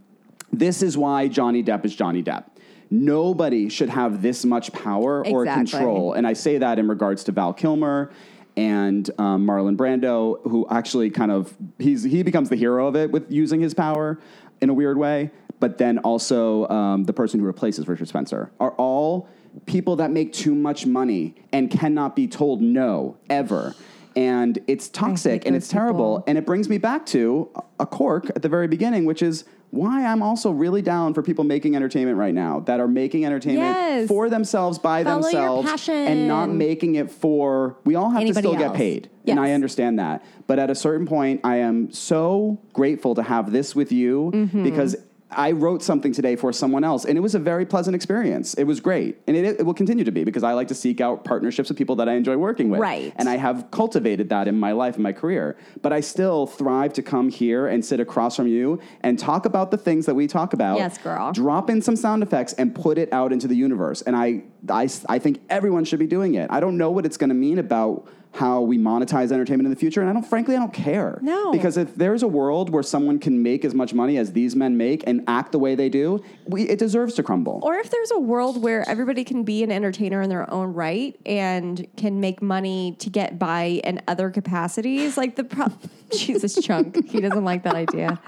Speaker 2: this is why Johnny Depp is Johnny Depp. Nobody should have this much power or
Speaker 1: Exactly.
Speaker 2: control. And I say that in regards to Val Kilmer and um, Marlon Brando, who actually kind of he's he becomes the hero of it with using his power in a weird way. But then also um, the person who replaces Richard Spencer are all people that make too much money and cannot be told no ever. And it's toxic and
Speaker 1: those
Speaker 2: it's terrible.
Speaker 1: people.
Speaker 2: And it brings me back to a cork at the very beginning, which is why I'm also really down for people making entertainment right now that are making entertainment
Speaker 1: Yes.
Speaker 2: for themselves, by
Speaker 1: Follow your
Speaker 2: themselves, and not
Speaker 1: passion.
Speaker 2: making it for. We all have
Speaker 1: Anybody
Speaker 2: to still get
Speaker 1: else.
Speaker 2: paid, and I
Speaker 1: Yes.
Speaker 2: understand that. But at a certain point, I am so grateful to have this with you
Speaker 1: Mm-hmm.
Speaker 2: because. I wrote something today for someone else, and it was a very pleasant experience. It was great, and it, it will continue to be because I like to seek out partnerships with people that I enjoy working with.
Speaker 1: Right.
Speaker 2: And I have cultivated that in my life and my career. But I still thrive to come here and sit across from you and talk about the things that we talk about.
Speaker 1: Yes, girl.
Speaker 2: Drop in some sound effects and put it out into the universe. And I, I, I think everyone should be doing it. I don't know what it's going to mean about how we monetize entertainment in the future. And I don't, frankly, I don't care.
Speaker 1: No.
Speaker 2: Because if there's a world where someone can make as much money as these men make and act the way they do, we, it deserves to crumble.
Speaker 1: Or if there's a world where everybody can be an entertainer in their own right and can make money to get by in other capacities, like the pro- Jesus chunk, he doesn't like that idea.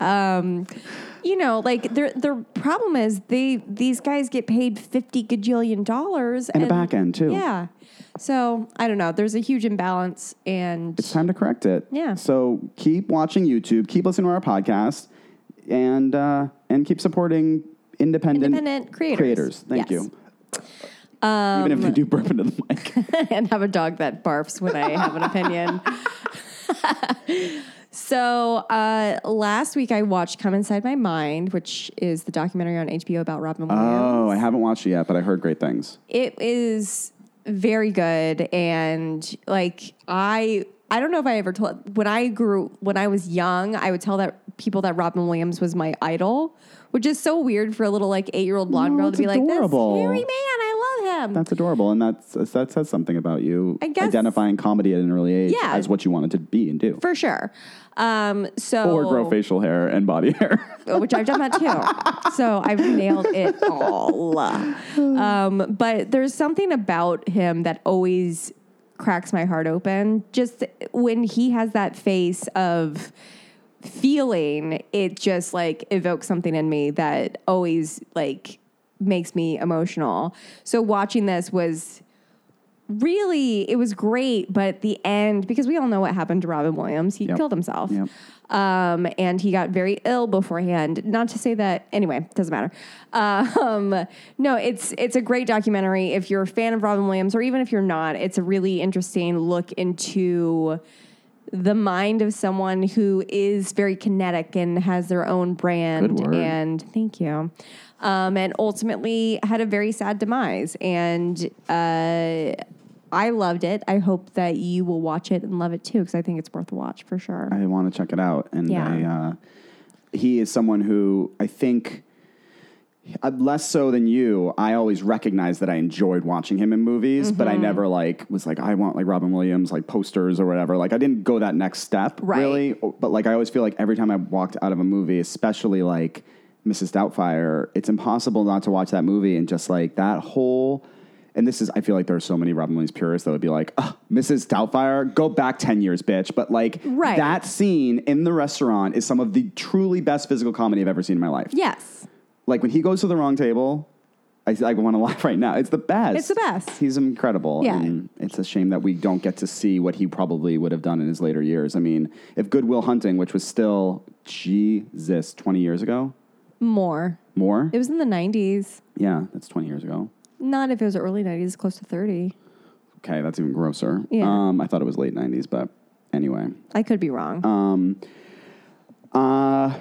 Speaker 1: Um, you know, like their their problem is they these guys get paid fifty gajillion dollars
Speaker 2: And a back end, too.
Speaker 1: Yeah, so I don't know. There's a huge imbalance, and
Speaker 2: it's time to correct it.
Speaker 1: Yeah.
Speaker 2: So keep watching YouTube, keep listening to our podcast, and uh, and keep supporting independent,
Speaker 1: Independent creators.
Speaker 2: Thank
Speaker 1: Yes. Um,
Speaker 2: you. Even if they do burp into the mic.
Speaker 1: and have a dog that barfs when I have an opinion. so uh, last week I watched Come Inside My Mind, which is the documentary on HBO about Robin Williams.
Speaker 2: Oh, I haven't watched it yet, but I heard great things.
Speaker 1: It is very good, and like I. I don't know if I ever told when I grew when I was young, I would tell that people that Robin Williams was my idol, which is so weird for a little like eight year old blonde
Speaker 2: No,
Speaker 1: girl to
Speaker 2: it's
Speaker 1: be
Speaker 2: adorable.
Speaker 1: like, "This hairy man, I love him."
Speaker 2: That's adorable, and that's uh, that says something about you
Speaker 1: I guess-
Speaker 2: identifying comedy at an early age
Speaker 1: Yeah.
Speaker 2: as what you wanted to be and do,
Speaker 1: for sure. Um, so
Speaker 2: or grow facial hair and body hair.
Speaker 1: which I've done that too. so I've nailed it all. Um, but there's something about him that always cracks my heart open. Just when he has that face of feeling, it just like evokes something in me that always like makes me emotional. So watching this was really it was great but the end because we all know what happened to robin williams he
Speaker 2: Yep.
Speaker 1: killed himself
Speaker 2: Yep.
Speaker 1: um, and he got very ill beforehand not to say that anyway doesn't matter um, no it's it's a great documentary if you're a fan of robin williams or even if you're not it's a really interesting look into the mind of someone who is very kinetic and has their own brand
Speaker 2: Good word.
Speaker 1: and thank you um, and ultimately had a very sad demise and uh, i loved it i hope that you will watch it and love it too because i think it's worth a watch for sure
Speaker 2: I want to check it out, and
Speaker 1: Yeah.
Speaker 2: I, uh, he is someone who I think. uh, Less so than you, I always recognized that I enjoyed watching him in movies, but
Speaker 1: Mm-hmm.
Speaker 2: I never like was like I want like Robin Williams like posters or whatever. Like I didn't go that next step
Speaker 1: Right.
Speaker 2: really, o- but like I always feel like every time I walked out of a movie, especially like Mrs. Doubtfire, it's impossible not to watch that movie and just like that whole. And this is, I feel like there are so many Robin Williams purists that would be like, Ugh, Mrs. Doubtfire, go back 10 years, bitch. But like,
Speaker 1: Right.
Speaker 2: that scene in the restaurant is some of the truly best physical comedy I've ever seen in my life.
Speaker 1: yes
Speaker 2: Like when he goes to the wrong table, I, I want to laugh right now. It's the best.
Speaker 1: It's the best.
Speaker 2: He's incredible.
Speaker 1: Yeah.
Speaker 2: And it's a shame that we don't get to see what he probably would have done in his later years. I mean, if Goodwill Hunting, which was still, Jesus, 20 years ago,
Speaker 1: more
Speaker 2: more?
Speaker 1: it was in the 90s
Speaker 2: yeah, that's 20 years ago.
Speaker 1: not if it was early 90s close to 30
Speaker 2: Okay, that's even grosser.
Speaker 1: Yeah.
Speaker 2: Um, I thought it was late 90s, but anyway.
Speaker 1: i could be wrong
Speaker 2: Um, uh,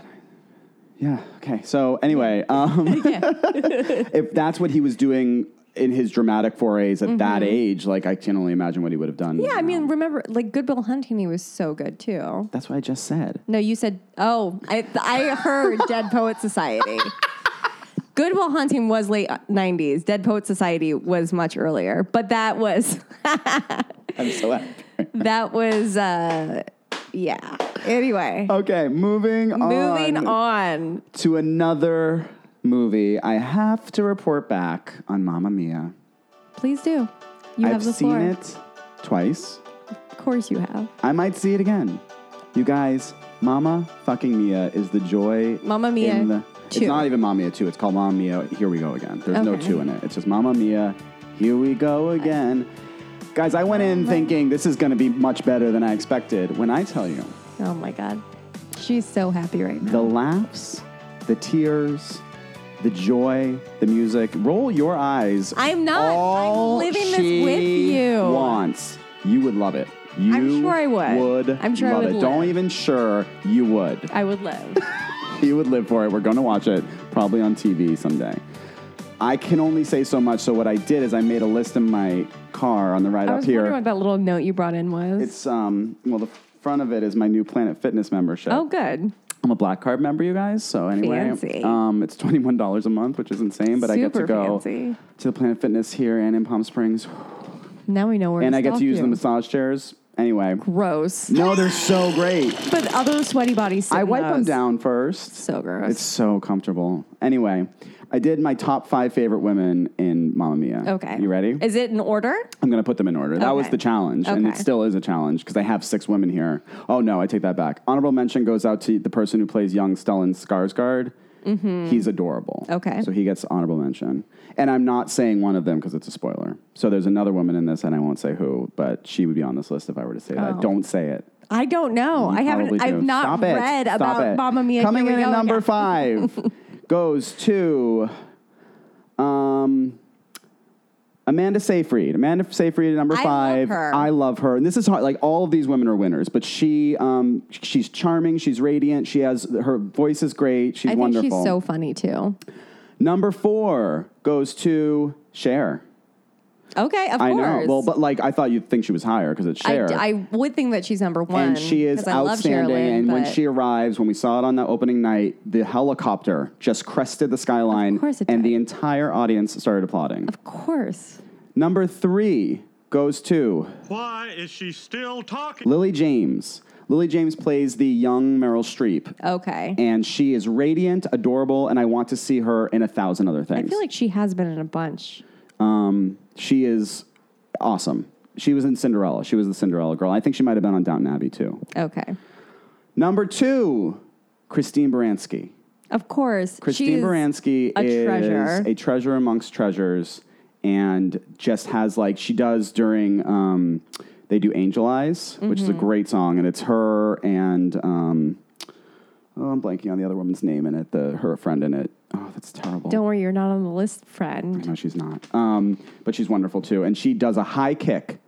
Speaker 2: yeah. Okay. So anyway, um, if that's what he was doing in his dramatic forays at that age, like I can only imagine what he would have done.
Speaker 1: Mm-hmm. yeah i
Speaker 2: now.
Speaker 1: mean remember like good bill hunting he was so good too
Speaker 2: that's what I just said.
Speaker 1: No, you said, oh, I, I heard Dead Poet Society. Goodwill Hunting was late 90s. Dead Poet Society was much earlier, but that was,
Speaker 2: I'm so happy.
Speaker 1: that was, uh, yeah. Anyway,
Speaker 2: Okay, moving
Speaker 1: moving on.
Speaker 2: to another movie. I have to report back on Mamma Mia.
Speaker 1: Please do. You
Speaker 2: I've
Speaker 1: have the
Speaker 2: seen
Speaker 1: floor.
Speaker 2: it twice.
Speaker 1: Of course you have.
Speaker 2: I might see it again. You guys, Mama fucking Mia is the joy.
Speaker 1: Mamma Mia
Speaker 2: in the- It's
Speaker 1: two.
Speaker 2: not even Mama Mia 2. It's called Mama Mia Here We Go Again. There's no
Speaker 1: Okay.
Speaker 2: 2 in it. It's just Mama Mia Here We Go Again. Guys, I went in thinking this is going to be much better than I expected. When I tell you,
Speaker 1: Oh my God. She's so happy right now.
Speaker 2: the laughs, the tears, the joy, the music, roll your eyes.
Speaker 1: I'm not. I'm
Speaker 2: All
Speaker 1: living this
Speaker 2: she
Speaker 1: with you.
Speaker 2: Wants. You would love it. You
Speaker 1: sure I would. I'm sure I
Speaker 2: love
Speaker 1: would
Speaker 2: it.
Speaker 1: live.
Speaker 2: Don't even sure you would.
Speaker 1: I would live.
Speaker 2: You would live for it. We're going to watch it probably on TV someday. I can only say so much. So what I did is I made a list in my car on the ride
Speaker 1: I
Speaker 2: up
Speaker 1: was wondering
Speaker 2: here.
Speaker 1: what that little note you brought in was.
Speaker 2: It's um well the front of it is my new Planet Fitness membership.
Speaker 1: oh, good.
Speaker 2: I'm a Black Card member, you guys. So anyway,
Speaker 1: Fancy.
Speaker 2: um it's twenty one dollars a month, which is insane, but I get to
Speaker 1: Super
Speaker 2: go
Speaker 1: fancy.
Speaker 2: to the Planet Fitness here and in Palm Springs.
Speaker 1: Now we know where.
Speaker 2: and I get
Speaker 1: stalk
Speaker 2: to use
Speaker 1: you.
Speaker 2: the massage chairs. Anyway,
Speaker 1: Gross.
Speaker 2: no, they're so great.
Speaker 1: But other sweaty bodies. sit
Speaker 2: I
Speaker 1: in
Speaker 2: wipe them
Speaker 1: those.
Speaker 2: down first.
Speaker 1: So gross.
Speaker 2: It's so comfortable. Anyway, I did my top five favorite women in Mamma Mia.
Speaker 1: okay.
Speaker 2: You ready?
Speaker 1: Is it an order?
Speaker 2: I'm going to put them in order. That was
Speaker 1: Okay.
Speaker 2: the challenge, and it
Speaker 1: Okay.
Speaker 2: still is a challenge because I have six women here. Oh, no, I take that back. Honorable mention goes out to the person who plays young Stellan Skarsgård. He's adorable.
Speaker 1: Mm-hmm. Okay.
Speaker 2: So he gets honorable mention. And I'm not saying one of them because it's a spoiler. So there's another woman in this, and I won't say who, but she would be on this list if I were to say
Speaker 1: Oh.
Speaker 2: that. Don't say it.
Speaker 1: I don't know. Oh,
Speaker 2: You
Speaker 1: I
Speaker 2: probably
Speaker 1: haven't.
Speaker 2: do.
Speaker 1: I've not
Speaker 2: Stop it.
Speaker 1: read
Speaker 2: Stop
Speaker 1: about
Speaker 2: it.
Speaker 1: Mamma Mia.
Speaker 2: Coming
Speaker 1: Here
Speaker 2: in
Speaker 1: we
Speaker 2: at
Speaker 1: go
Speaker 2: number
Speaker 1: again.
Speaker 2: five goes to um, Amanda Seyfried. Amanda Seyfried at number
Speaker 1: I love
Speaker 2: five.
Speaker 1: her.
Speaker 2: I love her. And this is hard. Like all of these women are winners, but she um, she's charming. She's radiant. She has her voice is great. She's
Speaker 1: I think
Speaker 2: wonderful.
Speaker 1: she's so funny too.
Speaker 2: number four goes to Cher.
Speaker 1: Okay, of
Speaker 2: I
Speaker 1: course.
Speaker 2: know. Well, but like I thought you'd think she was higher because it's
Speaker 1: I,
Speaker 2: Cher.
Speaker 1: I would think that she's number one.
Speaker 2: and she is
Speaker 1: 'cause I love Sherilyn,
Speaker 2: outstanding. and when
Speaker 1: but-
Speaker 2: she arrives, when we saw it on that opening night, the helicopter just crested the skyline,
Speaker 1: course it
Speaker 2: and
Speaker 1: did.
Speaker 2: the entire audience started applauding.
Speaker 1: of course,
Speaker 2: Number three goes to
Speaker 3: Why is she still talking?
Speaker 2: Lily James. Lily James plays the young Meryl Streep,
Speaker 1: okay.
Speaker 2: and she is radiant, adorable, and I want to see her in a thousand other things.
Speaker 1: I feel like she has been in a bunch.
Speaker 2: Um, she is awesome. She was in Cinderella. She was the Cinderella girl. I think she might have been on Downton Abbey too.
Speaker 1: Okay,
Speaker 2: Number two, Christine Baranski.
Speaker 1: of course.
Speaker 2: Christine
Speaker 1: she's
Speaker 2: Baranski
Speaker 1: a
Speaker 2: is
Speaker 1: treasure.
Speaker 2: a treasure amongst treasures, and just has like she does during um, they do Angel Eyes, which
Speaker 1: Mm-hmm.
Speaker 2: is a great song, and it's her and um, oh, I'm blanking on the other woman's name in it, the her friend in it. Oh, that's terrible.
Speaker 1: Don't worry, you're not on the list, friend.
Speaker 2: No, she's not. Um, but she's wonderful too, and she does a high kick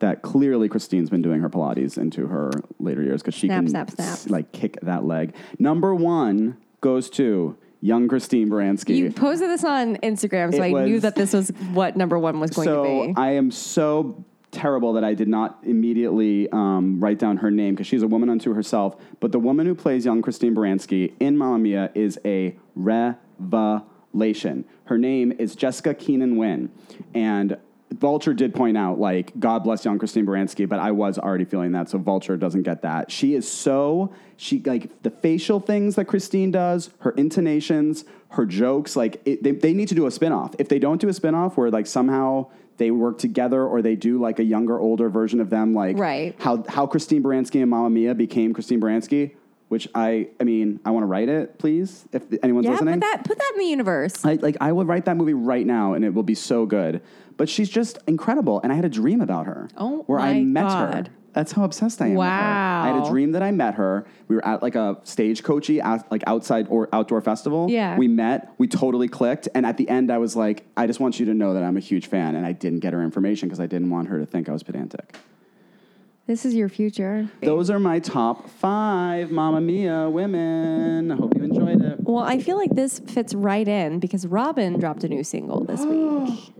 Speaker 2: that clearly Christine's been doing her Pilates into her later years because she
Speaker 1: Snap,
Speaker 2: can
Speaker 1: snap, snap.
Speaker 2: s- like kick that leg. Number one goes to young Christine Baranski.
Speaker 1: You posted this on Instagram, so
Speaker 2: It
Speaker 1: I knew
Speaker 2: was-
Speaker 1: that this was what number one was going
Speaker 2: so
Speaker 1: to be.
Speaker 2: I am so terrible that I did not immediately um, write down her name because she's a woman unto herself. But the woman who plays young Christine Baranski in Mamma Mia is a revelation. Her name is Jessica Keenan Wynn, and Vulture did point out, like, God bless young Christine Baranski, but I was already feeling that, so Vulture doesn't get that. She is so, she, like, the facial things that Christine does, her intonations, her jokes, like, it, they, they need to do a spinoff. If they don't do a spinoff where, like, somehow they work together or they do, like, a younger, older version of them, like,
Speaker 1: Right.
Speaker 2: how, how Christine Baranski and Mamma Mia became Christine Baranski, which I, I mean, I want to write it, please, if anyone's
Speaker 1: yeah,
Speaker 2: listening.
Speaker 1: put that put that in the universe.
Speaker 2: I, like I would write that movie right now, and it will be so good. But she's just incredible, and I had a dream about her.
Speaker 1: Oh
Speaker 2: where I
Speaker 1: my
Speaker 2: met
Speaker 1: God.
Speaker 2: her. That's how obsessed I am. with her. I had a
Speaker 1: Wow.
Speaker 2: dream that I met her. We were at like a stagecoachy, out, like outside or outdoor festival.
Speaker 1: Yeah.
Speaker 2: We met. We totally clicked. And at the end, I was like, I just want you to know that I'm a huge fan. And I didn't get her information because I didn't want her to think I was pedantic.
Speaker 1: This is your future.
Speaker 2: Those are my top five Mamma Mia women. I hope you enjoyed it.
Speaker 1: Well, I feel like this fits right in because Robin dropped a new single this week.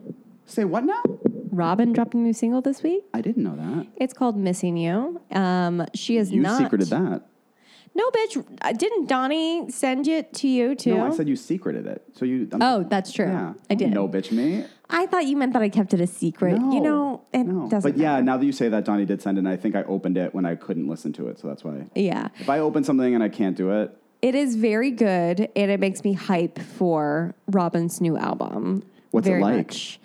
Speaker 2: Say what now?
Speaker 1: Robin dropped a new single this week.
Speaker 2: I didn't know that.
Speaker 1: It's called "Missing You." Um, she is
Speaker 2: You
Speaker 1: not
Speaker 2: secreted that.
Speaker 1: No, bitch. Uh, Didn't Donnie send it to you too?
Speaker 2: No, I said you secreted it. So you. I'm-
Speaker 1: Oh, that's true.
Speaker 2: Yeah,
Speaker 1: I did.
Speaker 2: No, bitch, me.
Speaker 1: I thought you meant that I kept it a secret.
Speaker 2: No,
Speaker 1: you know, it
Speaker 2: no.
Speaker 1: doesn't.
Speaker 2: But yeah,
Speaker 1: matter.
Speaker 2: now that you say that, Donnie did send it. and I think I opened it when I couldn't listen to it, so that's why.
Speaker 1: yeah,
Speaker 2: If I open something and I can't do it,
Speaker 1: it is very good, and it makes me hype for Robin's new album.
Speaker 2: What's it
Speaker 1: very
Speaker 2: like?
Speaker 1: much.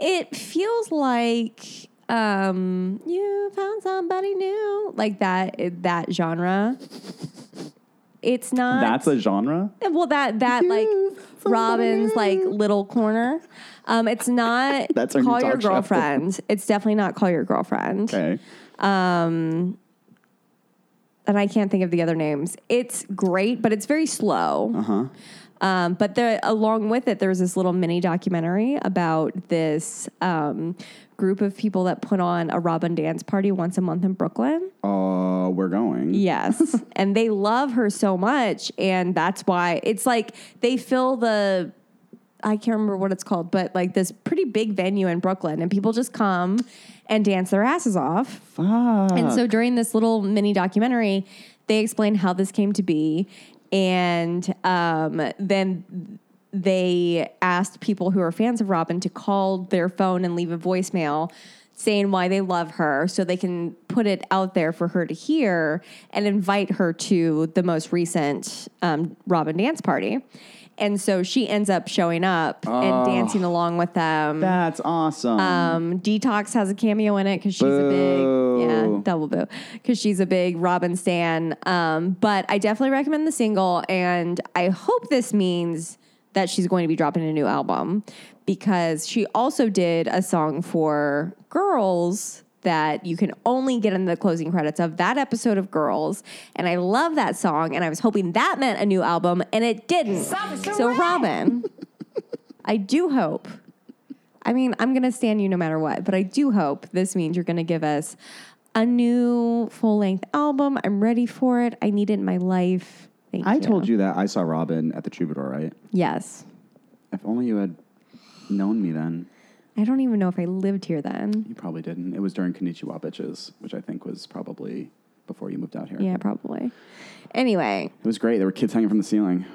Speaker 1: It feels like um, you found somebody new, like that that genre. It's not.
Speaker 2: that's a genre.
Speaker 1: well that that
Speaker 2: You
Speaker 1: like Robin's like little corner. Um, it's not
Speaker 2: That's our new
Speaker 1: call your
Speaker 2: talk show.
Speaker 1: girlfriend. It's definitely not call your girlfriend.
Speaker 2: Okay.
Speaker 1: And I can't think of the other names. It's great, but it's very slow. Uh-huh. Um, but the, along with it, there's this little mini documentary about this um, group of people that put on a Robin dance party once a month in Brooklyn.
Speaker 2: Uh, we're going.
Speaker 1: Yes. and they love her so much. And that's why it's like they fill the, I can't remember what it's called, but like this pretty big venue in Brooklyn. And people just come and dance their asses off. And so during this little mini documentary, they explain how this came to be. And um, then they asked people who are fans of Robin to call their phone and leave a voicemail saying why they love her so they can put it out there for her to hear and invite her to the most recent um, Robin dance party. And so she ends up showing up and dancing along with them.
Speaker 2: That's awesome.
Speaker 1: Um, Detox has a cameo in it because she's a big yeah
Speaker 2: Boo.
Speaker 1: double boo because she's a big Robin stan. Um, but I definitely recommend the single, and I hope this means that she's going to be dropping a new album because she also did a song for Girls that you can only get in the closing credits of that episode of Girls and I love that song and I was hoping that meant a new album and it didn't. So Robin, I do hope I mean, I'm going to stand you no matter what, but I do hope this means you're going to give us a new full length album. I'm ready for it. I need it in my life. Thank
Speaker 2: I
Speaker 1: you.
Speaker 2: told you that I saw Robin at the Troubadour, right?
Speaker 1: Yes.
Speaker 2: If only you had known me then.
Speaker 1: I don't even know if I lived here then.
Speaker 2: You probably didn't. It was during Konnichiwa Bitches, which I think was probably before you moved out here.
Speaker 1: Yeah, probably. Anyway,
Speaker 2: It was great. There were kids hanging from the ceiling.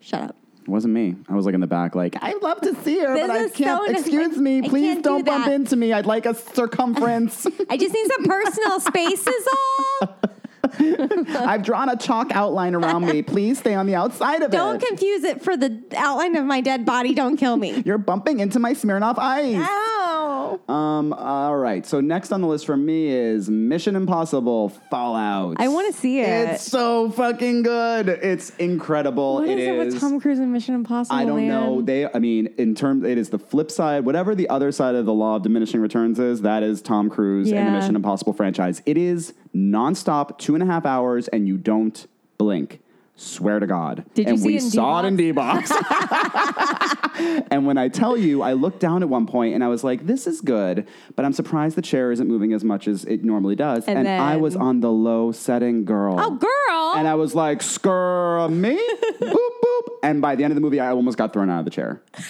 Speaker 1: shut up.
Speaker 2: It wasn't me. I was like in the back, like, I'd love to see her,
Speaker 1: This
Speaker 2: but I
Speaker 1: is
Speaker 2: can't.
Speaker 1: so-
Speaker 2: excuse me.
Speaker 1: I
Speaker 2: Please
Speaker 1: can't do
Speaker 2: don't bump
Speaker 1: that."
Speaker 2: into me. I'd like a circumference.
Speaker 1: I just need some personal space, is all.
Speaker 2: I've drawn a chalk outline around me. Please stay on the outside of
Speaker 1: Don't
Speaker 2: it.
Speaker 1: confuse it for the outline of my dead body. Don't kill me.
Speaker 2: You're bumping into my Smirnoff ice.
Speaker 1: Ah. Ow.
Speaker 2: Um, all right. So next on the list for me is Mission Impossible Fallout.
Speaker 1: I wanna see it.
Speaker 2: It's so fucking good. It's incredible.
Speaker 1: What is it with Tom Cruise and Mission Impossible?
Speaker 2: I don't
Speaker 1: man?
Speaker 2: know. They, I mean, in terms, it is the flip side. Whatever the other side of the law of diminishing returns is, that is Tom Cruise and
Speaker 1: Yeah.
Speaker 2: the Mission Impossible franchise. It is nonstop, two and a half hours, and you don't blink. Swear to God.
Speaker 1: Did you
Speaker 2: and
Speaker 1: see
Speaker 2: we
Speaker 1: it in
Speaker 2: saw it in D box. and when I tell you, I looked down at one point and I was like, "This is good," but I'm surprised the chair isn't moving as much as it normally does.
Speaker 1: And
Speaker 2: And, I was
Speaker 1: then-
Speaker 2: on the low setting, girl.
Speaker 1: Oh, girl.
Speaker 2: And I was like, "Scur me, boop boop." And by the end of the movie, I almost got thrown out of the chair.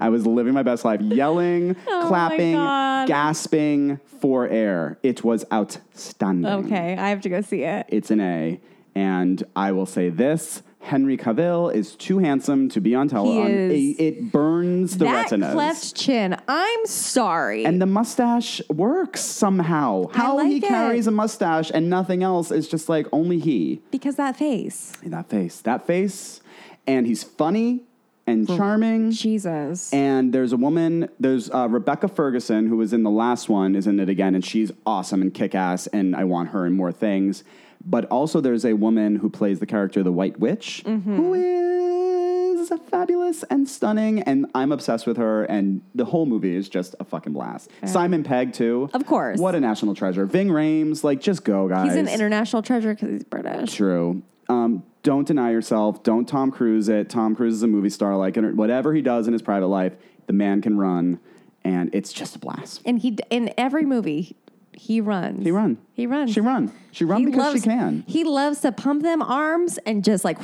Speaker 2: I was living my best life, yelling,
Speaker 1: Oh my
Speaker 2: clapping,
Speaker 1: God.
Speaker 2: gasping for air. It was outstanding.
Speaker 1: okay, I have to go see it.
Speaker 2: It's an A. And I will say this Henry Cavill is too handsome to be on
Speaker 1: He
Speaker 2: television.
Speaker 1: is.
Speaker 2: It, it burns the
Speaker 1: that
Speaker 2: retinas.
Speaker 1: cleft chin. I'm sorry.
Speaker 2: and the mustache works somehow. How
Speaker 1: like
Speaker 2: he
Speaker 1: it.
Speaker 2: carries a mustache and nothing else is just like only he.
Speaker 1: because that face.
Speaker 2: And that face. That face. And he's funny and charming.
Speaker 1: Jesus.
Speaker 2: And there's a woman, there's uh, Rebecca Ferguson, who was in the last one, is in it again, and she's awesome and kick ass, and I want her in more things. But also, there's a woman who plays the character, the White Witch,
Speaker 1: Mm-hmm.
Speaker 2: who is fabulous and stunning, and I'm obsessed with her, and the whole movie is just a fucking blast. Simon Pegg, too.
Speaker 1: Of course.
Speaker 2: What a national treasure. Ving Rhames, like, just go, guys.
Speaker 1: he's an international treasure because he's British.
Speaker 2: True. Um, don't deny yourself. Don't Tom Cruise it. Tom Cruise is a movie star. Like and whatever he does in his private life, the man can run, and it's just a blast.
Speaker 1: And he d- in every movie he runs.
Speaker 2: He run.
Speaker 1: He runs.
Speaker 2: She run. She run
Speaker 1: He
Speaker 2: because
Speaker 1: loves-
Speaker 2: she can.
Speaker 1: He loves to pump them arms and just like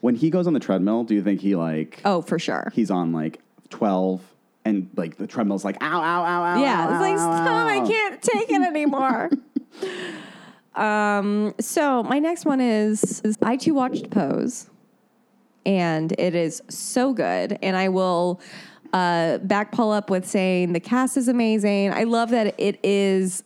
Speaker 2: When he goes on the treadmill, do you think he like?
Speaker 1: oh for sure.
Speaker 2: He's on like twelve, and like the treadmill's like ow ow ow ow.
Speaker 1: yeah,
Speaker 2: ow,
Speaker 1: it's like
Speaker 2: ow, ow,
Speaker 1: stop! I
Speaker 2: ow."
Speaker 1: can't take it anymore. um. So my next one is, is I too watched Pose, and it is so good. And I will uh, back Paul up with saying the cast is amazing. I love that it is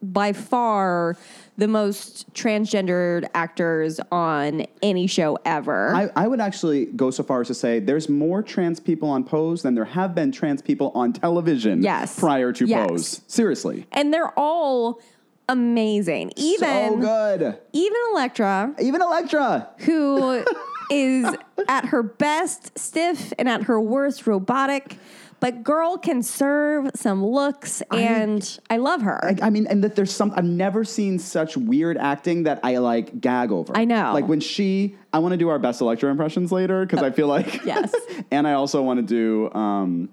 Speaker 1: by far the most transgendered actors on any show ever.
Speaker 2: I, I would actually go so far as to say there's more trans people on Pose than there have been trans people on television
Speaker 1: Yes.
Speaker 2: prior to
Speaker 1: Yes.
Speaker 2: Pose. Seriously.
Speaker 1: and they're all amazing.
Speaker 2: so oh,
Speaker 1: Even
Speaker 2: good.
Speaker 1: even Electra.
Speaker 2: Even Electra.
Speaker 1: who is at her best stiff and at her worst robotic. But girl can serve some looks, and I, love her.
Speaker 2: I, I mean, and that there's some. I've never seen such weird acting that I like gag over.
Speaker 1: I know. Uh,
Speaker 2: Like when she, I want to do our best Electra impressions later because I feel like
Speaker 1: yes.
Speaker 2: and I also want to do. um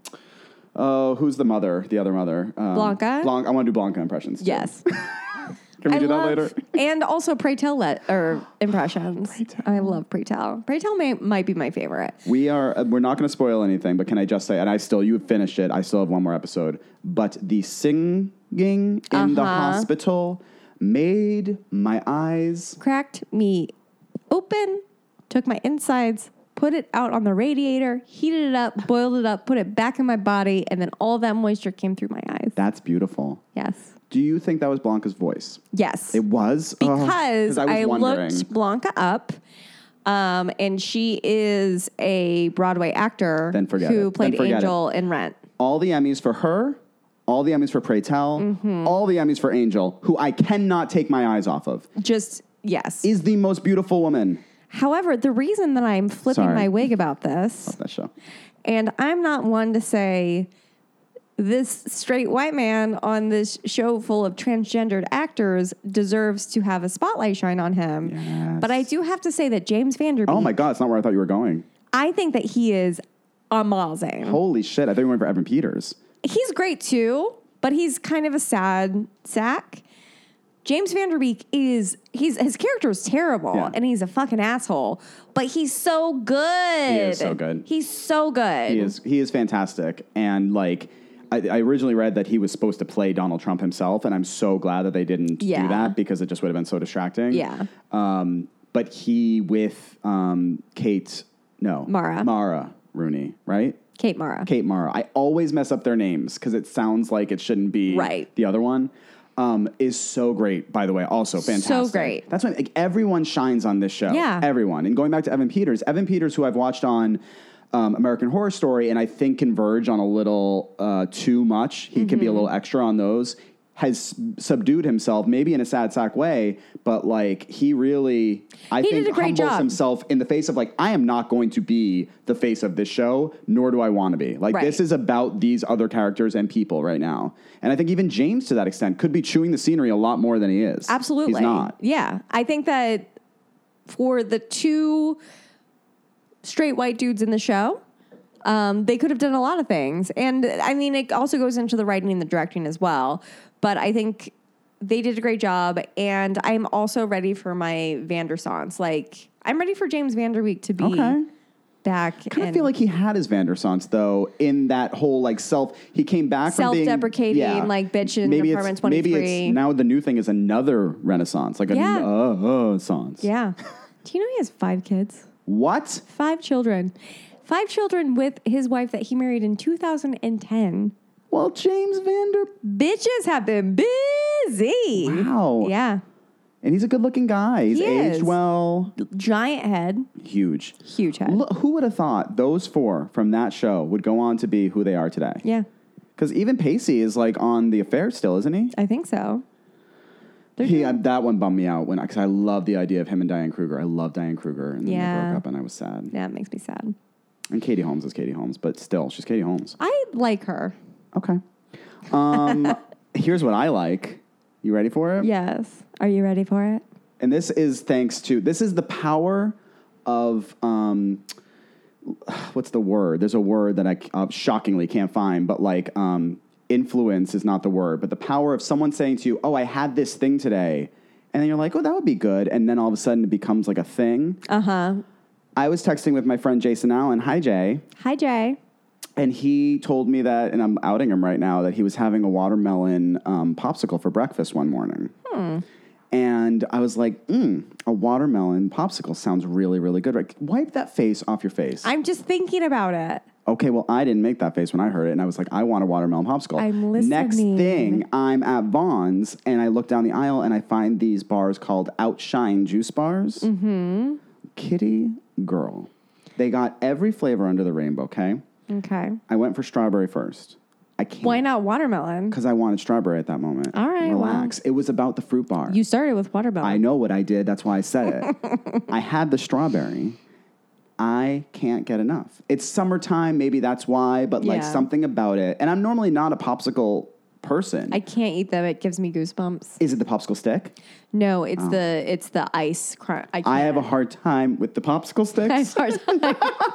Speaker 2: Oh, who's the mother? The other mother, um,
Speaker 1: Blanca?
Speaker 2: Blanca. I want to do Blanca impressions. too.
Speaker 1: yes.
Speaker 2: Can we
Speaker 1: I
Speaker 2: do
Speaker 1: love,
Speaker 2: that later?
Speaker 1: and also pray tell let or impressions. I love pray tell. Pray tell may, might be my favorite.
Speaker 2: We are. uh, We're not going to spoil anything, but can I just say? And I still. You have finished it. I still have one more episode. But the singing in
Speaker 1: Uh-huh.
Speaker 2: the hospital made my eyes
Speaker 1: Cracked me open, took my insides put it out on the radiator, heated it up, boiled it up, put it back in my body, and then all that moisture came through my eyes.
Speaker 2: That's beautiful.
Speaker 1: Yes.
Speaker 2: Do you think that was Blanca's voice?
Speaker 1: Yes.
Speaker 2: It was Oh,
Speaker 1: because
Speaker 2: was
Speaker 1: I,
Speaker 2: wondering.
Speaker 1: looked Blanca up. Um, and she is a Broadway actor
Speaker 2: Then forget it.
Speaker 1: who
Speaker 2: Then
Speaker 1: played
Speaker 2: forget it.
Speaker 1: Angel in Rent.
Speaker 2: all the Emmys for her, all the Emmys for Pray Tell,
Speaker 1: Mm-hmm.
Speaker 2: all the Emmys for Angel, who I cannot take my eyes off of,
Speaker 1: Just yes.
Speaker 2: is the most beautiful woman.
Speaker 1: However, the reason that I'm flipping
Speaker 2: Sorry.
Speaker 1: my wig about this,
Speaker 2: That show.
Speaker 1: and I'm not one to say this straight white man on this show full of transgendered actors deserves to have a spotlight shine on him. But I
Speaker 2: Yes.
Speaker 1: do have to say that James Vanderbeek,
Speaker 2: Oh my God, it's not where I thought you were going.
Speaker 1: I think that he is amazing.
Speaker 2: Holy shit, I thought you went for Evan Peters.
Speaker 1: he's great too, but he's kind of a sad sack. James Vanderbeek is he's his character is terrible
Speaker 2: Yeah.
Speaker 1: and he's a fucking asshole, but he's so good. He
Speaker 2: is so good.
Speaker 1: He's so good.
Speaker 2: He is he is fantastic, and like I, I originally read that he was supposed to play Donald Trump himself, and I'm so glad that they didn't
Speaker 1: Yeah.
Speaker 2: do that because it just would have been so distracting.
Speaker 1: Yeah.
Speaker 2: Um, but he with um, Kate, no
Speaker 1: Mara.
Speaker 2: Mara Rooney, right?
Speaker 1: Kate Mara.
Speaker 2: Kate Mara. I always mess up their names because it sounds like it shouldn't be
Speaker 1: Right.
Speaker 2: the other one. Um, is so great, by the way. Also fantastic.
Speaker 1: great.
Speaker 2: That's why like, everyone shines on this show.
Speaker 1: Yeah.
Speaker 2: Everyone. And going back to Evan Peters, Evan Peters, who I've watched on um, American Horror Story and I think converge on a little uh, too much. He can be a
Speaker 1: Mm-hmm.
Speaker 2: little extra on those. Has subdued himself, maybe in a sad sack way, but like he really, I
Speaker 1: He
Speaker 2: think,
Speaker 1: did a great
Speaker 2: humbles
Speaker 1: job.
Speaker 2: himself in the face of like, I am not going to be the face of this show, nor do I want to be. Like
Speaker 1: Right.
Speaker 2: this is about these other characters and people right now. And I think even James, to that extent, could be chewing the scenery a lot more than he is.
Speaker 1: Absolutely.
Speaker 2: He's not.
Speaker 1: Yeah. I think that for the two straight white dudes in the show, um, they could have done a lot of things. And I mean, it also goes into the writing and the directing as well. But I think they did a great job. And I'm also ready for my Vandersons. Like, I'm ready for James Vanderweek to be
Speaker 2: Okay.
Speaker 1: back.
Speaker 2: Kind of
Speaker 1: and-
Speaker 2: feel like he had his Vandersons though in that whole like self. He came back from being-
Speaker 1: Self-deprecating, like, bitch in
Speaker 2: maybe
Speaker 1: apartment
Speaker 2: it's, maybe
Speaker 1: 23.
Speaker 2: it's now the new thing is another Renaissance, like a
Speaker 1: Yeah.
Speaker 2: uh, uh, songs.
Speaker 1: Yeah. Do you know he has five kids?
Speaker 2: What?
Speaker 1: Five children. Five children with his wife that he married in 2010.
Speaker 2: Well, James Vander,
Speaker 1: bitches have been busy.
Speaker 2: Wow.
Speaker 1: Yeah.
Speaker 2: and he's a good-looking guy. He's
Speaker 1: He
Speaker 2: aged
Speaker 1: is.
Speaker 2: well.
Speaker 1: Giant head,
Speaker 2: Huge.
Speaker 1: huge head.
Speaker 2: Look, who would have thought those four from that show would go on to be who they are today?
Speaker 1: Yeah,
Speaker 2: Because even Pacey is like on the affair still, isn't he?
Speaker 1: I think so.
Speaker 2: He I, that one bummed me out when because I love the idea of him and Diane Kruger. I love Diane Kruger, and then they
Speaker 1: Yeah.
Speaker 2: broke up, and I was sad.
Speaker 1: Yeah, it makes me sad.
Speaker 2: And Katie Holmes is Katie Holmes, but still, she's Katie Holmes.
Speaker 1: I like her.
Speaker 2: Okay. Um, here's what I like. You ready for it?
Speaker 1: Yes. Are you ready for it?
Speaker 2: and this is thanks to this is the power of um what's the word there's a word that i uh, shockingly can't find but like um influence is not the word but the power of someone saying to you oh i had this thing today and then you're like oh that would be good and then all of a sudden it becomes like a thing uh-huh i was texting with my friend jason allen hi jay
Speaker 1: Hi, Jay.
Speaker 2: and he told me that, and I'm outing him right now, that he was having a watermelon um, popsicle for breakfast one morning.
Speaker 1: Hmm.
Speaker 2: And I was like, mm, a watermelon popsicle sounds really, really good. Like, wipe that face off your face.
Speaker 1: I'm just thinking about it.
Speaker 2: okay, well, I didn't make that face when I heard it. And I was like, I want a watermelon popsicle.
Speaker 1: I'm
Speaker 2: Next
Speaker 1: listening.
Speaker 2: thing, I'm at Vaughn's and I look down the aisle and I find these bars called Outshine Juice Bars. Mm-hmm. Kitty Girl. They got every flavor under the rainbow, okay?
Speaker 1: Okay.
Speaker 2: I went for strawberry first. I can't
Speaker 1: Why not watermelon?
Speaker 2: because I wanted strawberry at that moment.
Speaker 1: All right, well.
Speaker 2: relax. It was about the fruit bar.
Speaker 1: You started with watermelon.
Speaker 2: I know what I did. That's why I said it. I had the strawberry. I can't get enough. It's summertime, maybe that's why, but like
Speaker 1: Yeah.
Speaker 2: something about it. And I'm normally not a popsicle person.
Speaker 1: I can't eat them. It gives me goosebumps.
Speaker 2: Is it the popsicle stick?
Speaker 1: No, it's the it's the ice. Cr- I,
Speaker 2: Oh. I
Speaker 1: can't.
Speaker 2: have a hard time with the popsicle sticks.
Speaker 1: I have a hard time.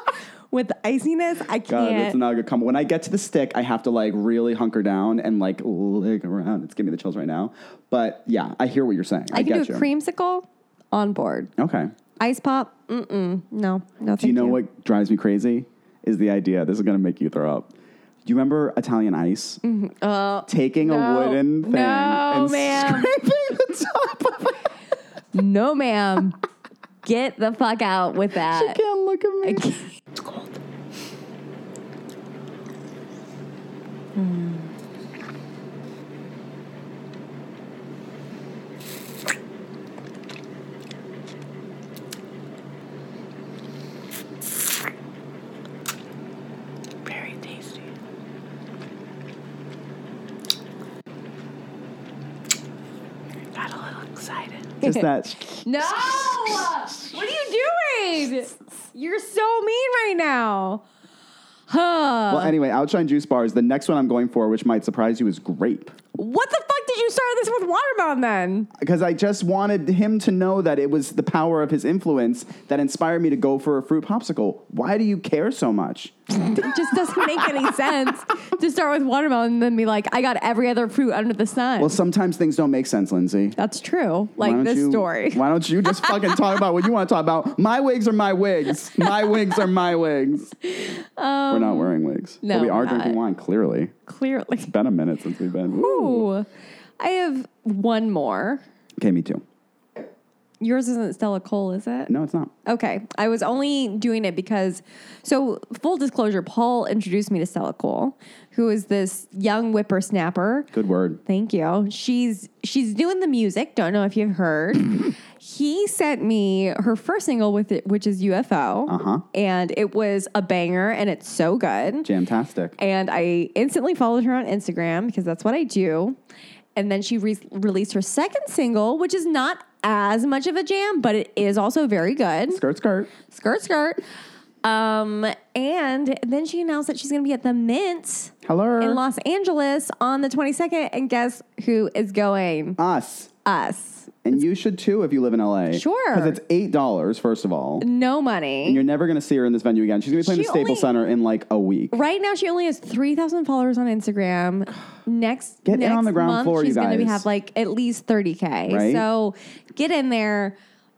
Speaker 1: with the iciness. I can't.
Speaker 2: God, that's not a good combo. When I get to the stick, I have to like really hunker down and like lick around. It's giving me the chills right now. But yeah, I hear what you're saying. I,
Speaker 1: I can
Speaker 2: get
Speaker 1: do a
Speaker 2: you.
Speaker 1: creamsicle on board.
Speaker 2: Okay.
Speaker 1: Ice pop? Mm-mm. No, no.
Speaker 2: Do you know what drives me crazy? Is the idea. This is going to make you throw up. Do you remember Italian ice? Taking
Speaker 1: Mm-hmm. Uh, no.
Speaker 2: a wooden thing
Speaker 1: No,
Speaker 2: and
Speaker 1: ma'am.
Speaker 2: scraping the top of it.
Speaker 1: No, ma'am. Get the fuck out with that.
Speaker 2: can't look at me.
Speaker 1: I can't-
Speaker 2: It's cold.
Speaker 1: Hmm. Very tasty. Got a little excited.
Speaker 2: Just that.
Speaker 1: No! what are you doing? You're so mean right now. Huh.
Speaker 2: Well, anyway, Outshine Juice Bars. The next one I'm going for, which might surprise you, is grape.
Speaker 1: what the fuck did you start this with watermelon then?
Speaker 2: Because I just wanted him to know that it was the power of his influence that inspired me to go for a fruit popsicle. Why do you care so much?
Speaker 1: It just doesn't make any sense to start with watermelon and then be like, I got every other fruit under the sun.
Speaker 2: Well, sometimes things don't make sense, Lindsay.
Speaker 1: That's true.
Speaker 2: Why
Speaker 1: Like
Speaker 2: don't
Speaker 1: this
Speaker 2: you-
Speaker 1: story.
Speaker 2: Why don't you just fucking talk about what you want to talk about? My wigs are my wigs. My wigs are my wigs. We're not wearing wigs.
Speaker 1: Um, no,
Speaker 2: but we
Speaker 1: we're
Speaker 2: are
Speaker 1: not.
Speaker 2: drinking wine, clearly.
Speaker 1: Clearly.
Speaker 2: Been a minute since we've been. Ooh.
Speaker 1: Ooh. I have one more.
Speaker 2: Okay, me too.
Speaker 1: Yours isn't Stella Cole, is it?
Speaker 2: No, it's not.
Speaker 1: Okay. I was only doing it because, so full disclosure, Paul introduced me to Stella Cole, who is this young whippersnapper.
Speaker 2: Good word.
Speaker 1: Thank you. She's she's doing the music. Don't know if you've heard. he sent me her first single with it, which is UFO.
Speaker 2: Uh-huh.
Speaker 1: And it was a banger, and it's so good.
Speaker 2: Jamtastic.
Speaker 1: And I instantly followed her on Instagram because that's what I do. And then she re- released her second single, which is not as much of a jam, but it is also very good.
Speaker 2: skirt, skirt.
Speaker 1: Skirt, skirt. Um, and then she announced that she's going to be at the Mint
Speaker 2: Hello.
Speaker 1: in Los Angeles on the 22nd. And guess who is going?
Speaker 2: Us.
Speaker 1: Us.
Speaker 2: And you should too if you live in LA.
Speaker 1: Sure.
Speaker 2: Because it's eight dollars, first of all.
Speaker 1: No
Speaker 2: And
Speaker 1: money.
Speaker 2: you're never gonna see her in this venue again. She's gonna be playing
Speaker 1: She
Speaker 2: the Staples
Speaker 1: only-
Speaker 2: Center in like a week.
Speaker 1: Right now, she only has 3,000 followers on Instagram. Next,
Speaker 2: Get in
Speaker 1: next
Speaker 2: on the ground
Speaker 1: month,
Speaker 2: floor, you
Speaker 1: she's going to
Speaker 2: guys.
Speaker 1: have like at least 30K.
Speaker 2: Right?
Speaker 1: So get in there.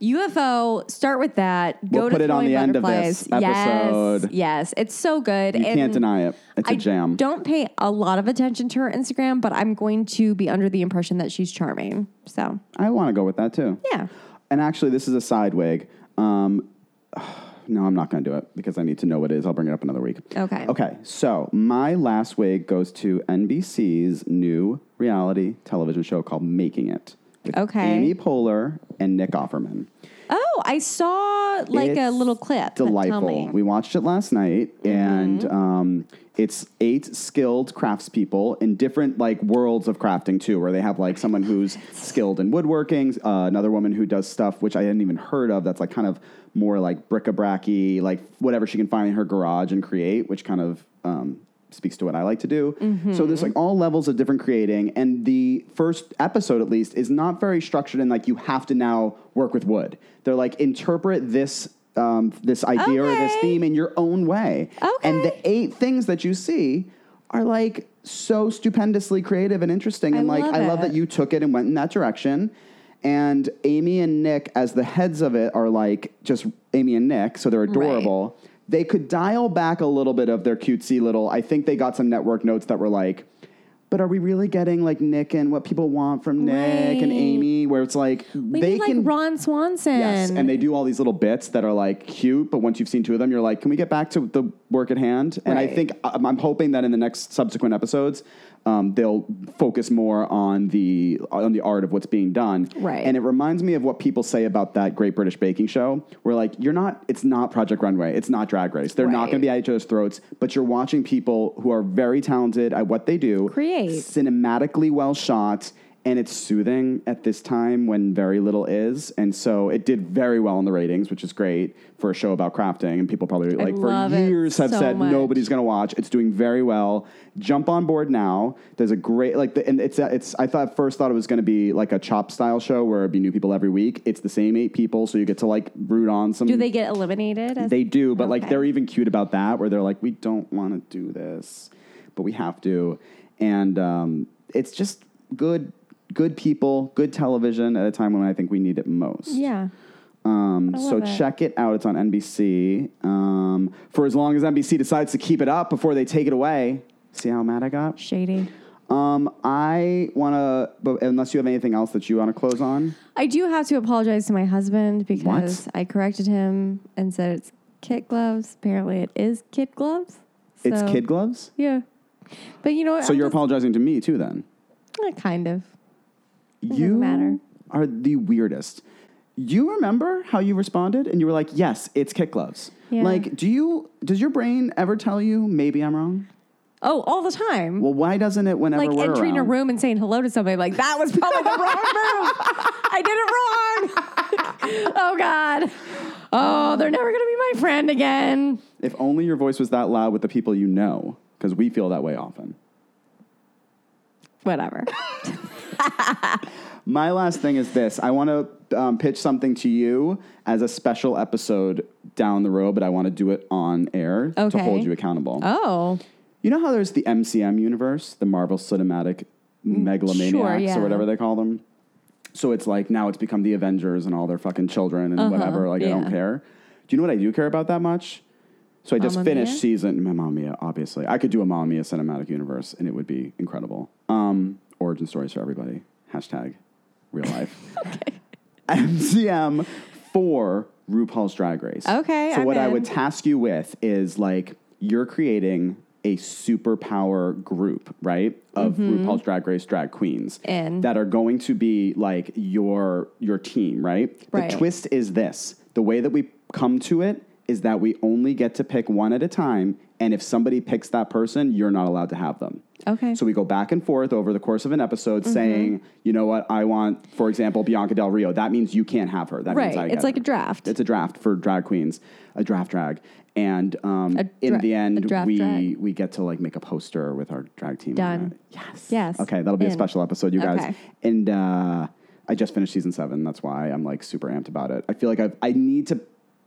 Speaker 1: UFO, start with that.
Speaker 2: We'll
Speaker 1: Go
Speaker 2: put
Speaker 1: to
Speaker 2: it on
Speaker 1: Throwing
Speaker 2: the end of
Speaker 1: Butterflies.
Speaker 2: this episode.
Speaker 1: Yes, yes. It's so good.
Speaker 2: You can't deny it. It's a
Speaker 1: I
Speaker 2: jam.
Speaker 1: don't pay a lot of attention to her Instagram, but I'm going to be under the impression that she's charming. So,
Speaker 2: I wanna go with that too.
Speaker 1: yeah.
Speaker 2: And actually this is a side wig. Um no, I'm not gonna do it because I need to know what it is. I'll bring it up another week.
Speaker 1: Okay.
Speaker 2: Okay, so my last wig goes to NBC's new reality television show called Making It. with
Speaker 1: Okay.
Speaker 2: Amy Poehler and Nick Offerman.
Speaker 1: Oh, I saw like a
Speaker 2: It's
Speaker 1: little clip. but Tell
Speaker 2: Delightful.
Speaker 1: me.
Speaker 2: We watched it last night, and um, it's eight skilled craftspeople in different like worlds of crafting too, where they have like someone who's skilled in woodworking, uh, another woman who does stuff which I hadn't even heard of. That's like kind of more like bric-a-bracy, like whatever she can find in her garage and create, which kind of um, speaks to what I like to do. So there's like all levels of different creating, and the first episode at least is not very structured in like you have to now work with wood. They're like interpret this um, this idea or this
Speaker 1: Okay.
Speaker 2: theme in your own way, and the
Speaker 1: Okay.
Speaker 2: eight things that you see are like so stupendously creative and interesting, and like
Speaker 1: love
Speaker 2: I love
Speaker 1: it.
Speaker 2: that you took it and went in that direction. And Amy and Nick, as the heads of it, are like just Amy and Nick, so they're adorable they could dial back a little bit of their cutesy little. I think they got some network notes that were like, but are we really getting like Nick and what people want from Nick and
Speaker 1: Right.
Speaker 2: Amy? Where it's like
Speaker 1: We
Speaker 2: they
Speaker 1: need, like
Speaker 2: can
Speaker 1: Ron Swanson.
Speaker 2: yes, and they do all these little bits that are like cute. But once you've seen two of them, you're like, can we get back to the work at hand? And I
Speaker 1: Right.
Speaker 2: think uh, I'm, I'm hoping that in the next subsequent episodes. Um, they'll focus more on the on the art of what's being done,
Speaker 1: Right.
Speaker 2: And it reminds me of what people say about that Great British Baking Show, where like you're not, it's not Project Runway, it's not Drag Race. They're not
Speaker 1: Right.
Speaker 2: going to be at each other's throats, but you're watching people who are very talented at what they do,
Speaker 1: Create.
Speaker 2: cinematically well shot, and it's soothing at this time when very little is. And so it did very well in the ratings, which is great for a show about crafting. And people probably like for
Speaker 1: love it
Speaker 2: years have
Speaker 1: so
Speaker 2: said
Speaker 1: much.
Speaker 2: nobody's going to watch. It's doing very well. Jump on board now. There's a great like, the, and it's it's. I thought at first thought it was going to be like a chop style show where it'd be new people every week. It's the same eight people, so you get to like root on some.
Speaker 1: do they get eliminated? as-
Speaker 2: They do, but like
Speaker 1: Okay.
Speaker 2: they're even cute about that, where they're like, we don't want to do this, but we have to, and um, it's just good, good people, good television at a time when I think we need it most.
Speaker 1: Yeah.
Speaker 2: Um, so
Speaker 1: love it.
Speaker 2: check it out. It's on NBC um, for as long as NBC decides to keep it up before they take it away. See how mad I got?
Speaker 1: Shady.
Speaker 2: Um, I want to, but unless you have anything else that you want to close on,
Speaker 1: I do have to apologize to my husband because I corrected him and said it's kid gloves. Apparently, it is kid gloves.
Speaker 2: it's
Speaker 1: So-
Speaker 2: kid gloves.
Speaker 1: Yeah, but you know what?
Speaker 2: So
Speaker 1: I'm
Speaker 2: you're
Speaker 1: just-
Speaker 2: apologizing to me too, then.
Speaker 1: eh, kind of.
Speaker 2: you
Speaker 1: matter.
Speaker 2: are the weirdest. You remember how you responded, and you were like, "Yes, it's kick gloves."
Speaker 1: Yeah.
Speaker 2: Like, do you? Does your brain ever tell you, "Maybe I'm wrong"?
Speaker 1: Oh, all the time.
Speaker 2: Well, why doesn't it whenever
Speaker 1: like
Speaker 2: we're
Speaker 1: entering a
Speaker 2: around?
Speaker 1: room and saying hello to somebody, like that was probably the wrong move. I did it wrong. oh God. Oh, they're never gonna be my friend again.
Speaker 2: If only your voice was that loud with the people you know, because we feel that way often.
Speaker 1: Whatever.
Speaker 2: My last thing is this: I want to um, pitch something to you as a special episode down the road, but I want to do it on air
Speaker 1: Okay.
Speaker 2: to hold you accountable.
Speaker 1: Oh,
Speaker 2: You know how there's the MCM universe, the Marvel Cinematic Megalomaniacs
Speaker 1: Mm, yeah.
Speaker 2: or whatever they call them. So it's like now it's become the Avengers and all their fucking children and whatever. Like I
Speaker 1: Uh-huh, yeah.
Speaker 2: don't care. Do you know what I do care about that much? So I just
Speaker 1: Mamma
Speaker 2: finished
Speaker 1: Mia?
Speaker 2: season Mamma Mia, obviously. I could do a Mamma Mia cinematic universe and it would be incredible. Um, origin stories for everybody. Hashtag real life. MCM for RuPaul's Drag Race.
Speaker 1: Okay,
Speaker 2: So
Speaker 1: I'm
Speaker 2: what I
Speaker 1: in.
Speaker 2: would task you with is like you're creating a superpower group, right? Of
Speaker 1: Mm-hmm.
Speaker 2: RuPaul's Drag Race drag queens
Speaker 1: In.
Speaker 2: that are going to be like your your team, right?
Speaker 1: Right.
Speaker 2: The twist is this: the way that we come to it is that we only get to pick one at a time, and if somebody picks that person, you're not allowed to have them.
Speaker 1: Okay. Mm-hmm.
Speaker 2: So we go back and forth over the course of an episode, saying, you know what, I want, for example, Bianca Del Rio. That means you can't have her. That means
Speaker 1: Right.
Speaker 2: I
Speaker 1: It's
Speaker 2: get
Speaker 1: like
Speaker 2: her.
Speaker 1: a draft.
Speaker 2: It's a draft for drag queens, a draft drag, and um,
Speaker 1: A
Speaker 2: in
Speaker 1: dra-
Speaker 2: the
Speaker 1: a
Speaker 2: end,
Speaker 1: draft
Speaker 2: we
Speaker 1: drag.
Speaker 2: we get to like make a poster with our drag team. on
Speaker 1: Done.
Speaker 2: it. Yes.
Speaker 1: Yes.
Speaker 2: Okay, that'll be a
Speaker 1: In.
Speaker 2: special episode, you guys.
Speaker 1: Okay.
Speaker 2: And uh, I just finished season seven. That's why I'm like super amped about it. I feel like I've, I need to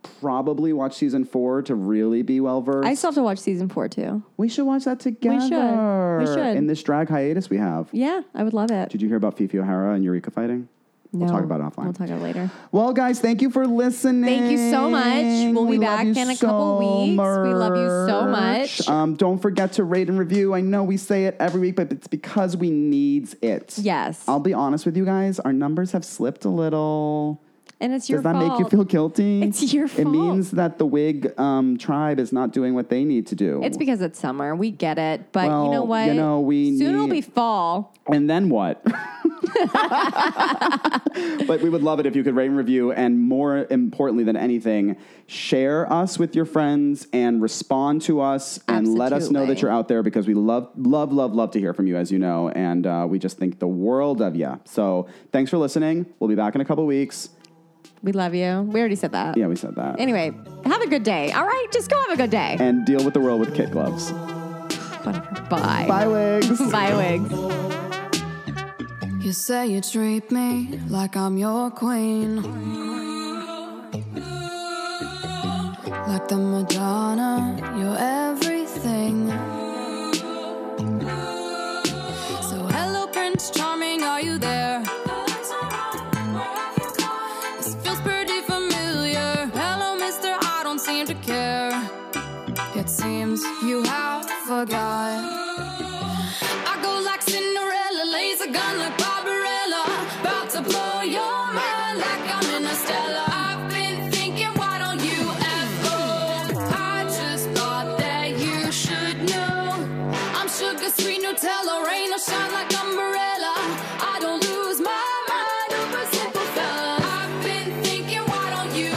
Speaker 2: probably watch season four to really be well versed.
Speaker 1: I still have to watch season four too.
Speaker 2: We should watch that together.
Speaker 1: We should.
Speaker 2: In this drag hiatus we have.
Speaker 1: Yeah, I would love it.
Speaker 2: Did you hear about Fifi O'Hara and Eureka fighting? We'll
Speaker 1: No.
Speaker 2: talk about it offline.
Speaker 1: We'll talk about it later.
Speaker 2: Well, guys, thank you for listening.
Speaker 1: Thank you so much. We'll be
Speaker 2: We love
Speaker 1: back
Speaker 2: you
Speaker 1: in a
Speaker 2: so
Speaker 1: couple weeks. We love you so much.
Speaker 2: Um, don't forget to rate and review. I know we say it every week, but it's because we needs it.
Speaker 1: Yes.
Speaker 2: I'll be honest with you guys. Our numbers have slipped a little.
Speaker 1: and it's your
Speaker 2: Does that
Speaker 1: fault.
Speaker 2: make you feel guilty?
Speaker 1: It's your
Speaker 2: It
Speaker 1: fault.
Speaker 2: means that the Whig um, tribe is not doing what they need to do.
Speaker 1: It's because it's summer. We get it, but you know
Speaker 2: Well,
Speaker 1: what?
Speaker 2: you know, we
Speaker 1: soon it'll
Speaker 2: need-
Speaker 1: be fall.
Speaker 2: And then what? but we would love it if you could rate and review, and more importantly than anything, share us with your friends and respond to us and let us know that
Speaker 1: Absolutely.
Speaker 2: you're out there because we love, love, love, love to hear from you, as you know, and uh, we just think the world of you. So thanks for listening. We'll be back in a couple weeks.
Speaker 1: We love you. We already said that.
Speaker 2: Yeah, we said that.
Speaker 1: Anyway, have a good day. All right, just go have a good day.
Speaker 2: And deal with the world with kid gloves.
Speaker 1: Whatever. Bye.
Speaker 2: Bye, wigs.
Speaker 1: Bye, wigs.
Speaker 11: You say you treat me like I'm your queen. Like the Madonna, you're everything. So, hello, Prince Charming, are you there? This feels pretty familiar. Hello, Mister, I don't seem to care. It seems you have forgot. I go like Cinderella, laser gun like Barbarella. About to blow your mind like I'm in a Stella. I've been thinking, why don't you ever? I just thought that you should know. I'm sugar sweet Nutella, rain or shine like umbrella. I don't lose my mind over simple fella. I've been thinking, why don't you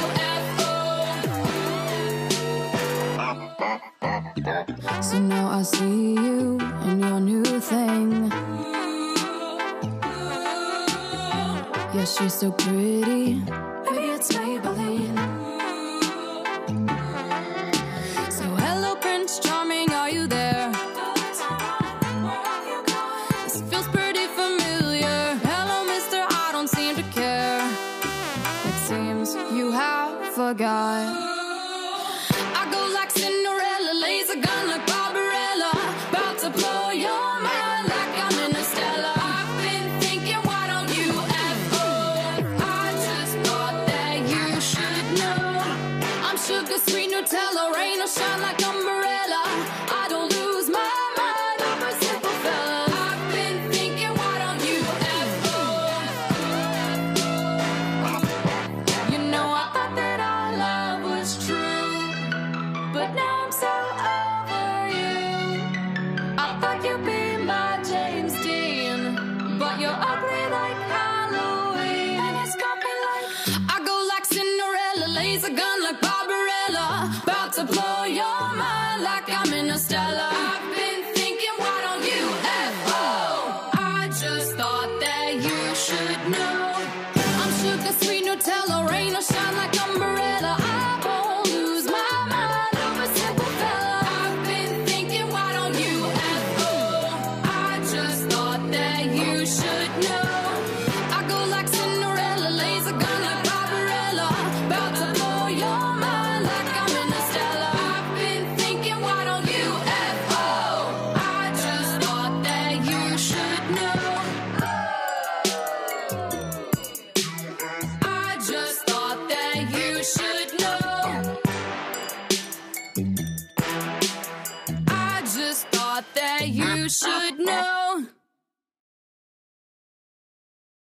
Speaker 11: ever? So now I see you in your new thing. Yeah, she's so pretty. Maybe it's Maybelline. So hello, Prince Charming, are you there? This feels pretty familiar. Hello, Mister, I don't seem to care. It seems you have forgot. I go like Cinderella, laser gun like Barbarella. About to blow your mind like I'm in a Stella. I've been thinking, why don't you ever? I just thought that you should know. I'm sugar sweet Nutella, rain or shine like umbrella. I don't lose my mind, I'm a simple fella. I've been raise a gun like Barbarella. About to blow your mind like I'm Interstellar. I've been thinking, why don't you FO? I just thought that you should know. I'm sugar sweet Nutella, rain or shine like umbrella. I won't lose my mind over simple fella. I've been thinking, why don't you FO? I just thought that you should know. I go like Cinderella, laser gun like Barbarella. About to blow your mind like I'm Interstellar. I've been thinking, why don't you FO? I just thought that you should know. I just thought that you should know. I just thought that you should know.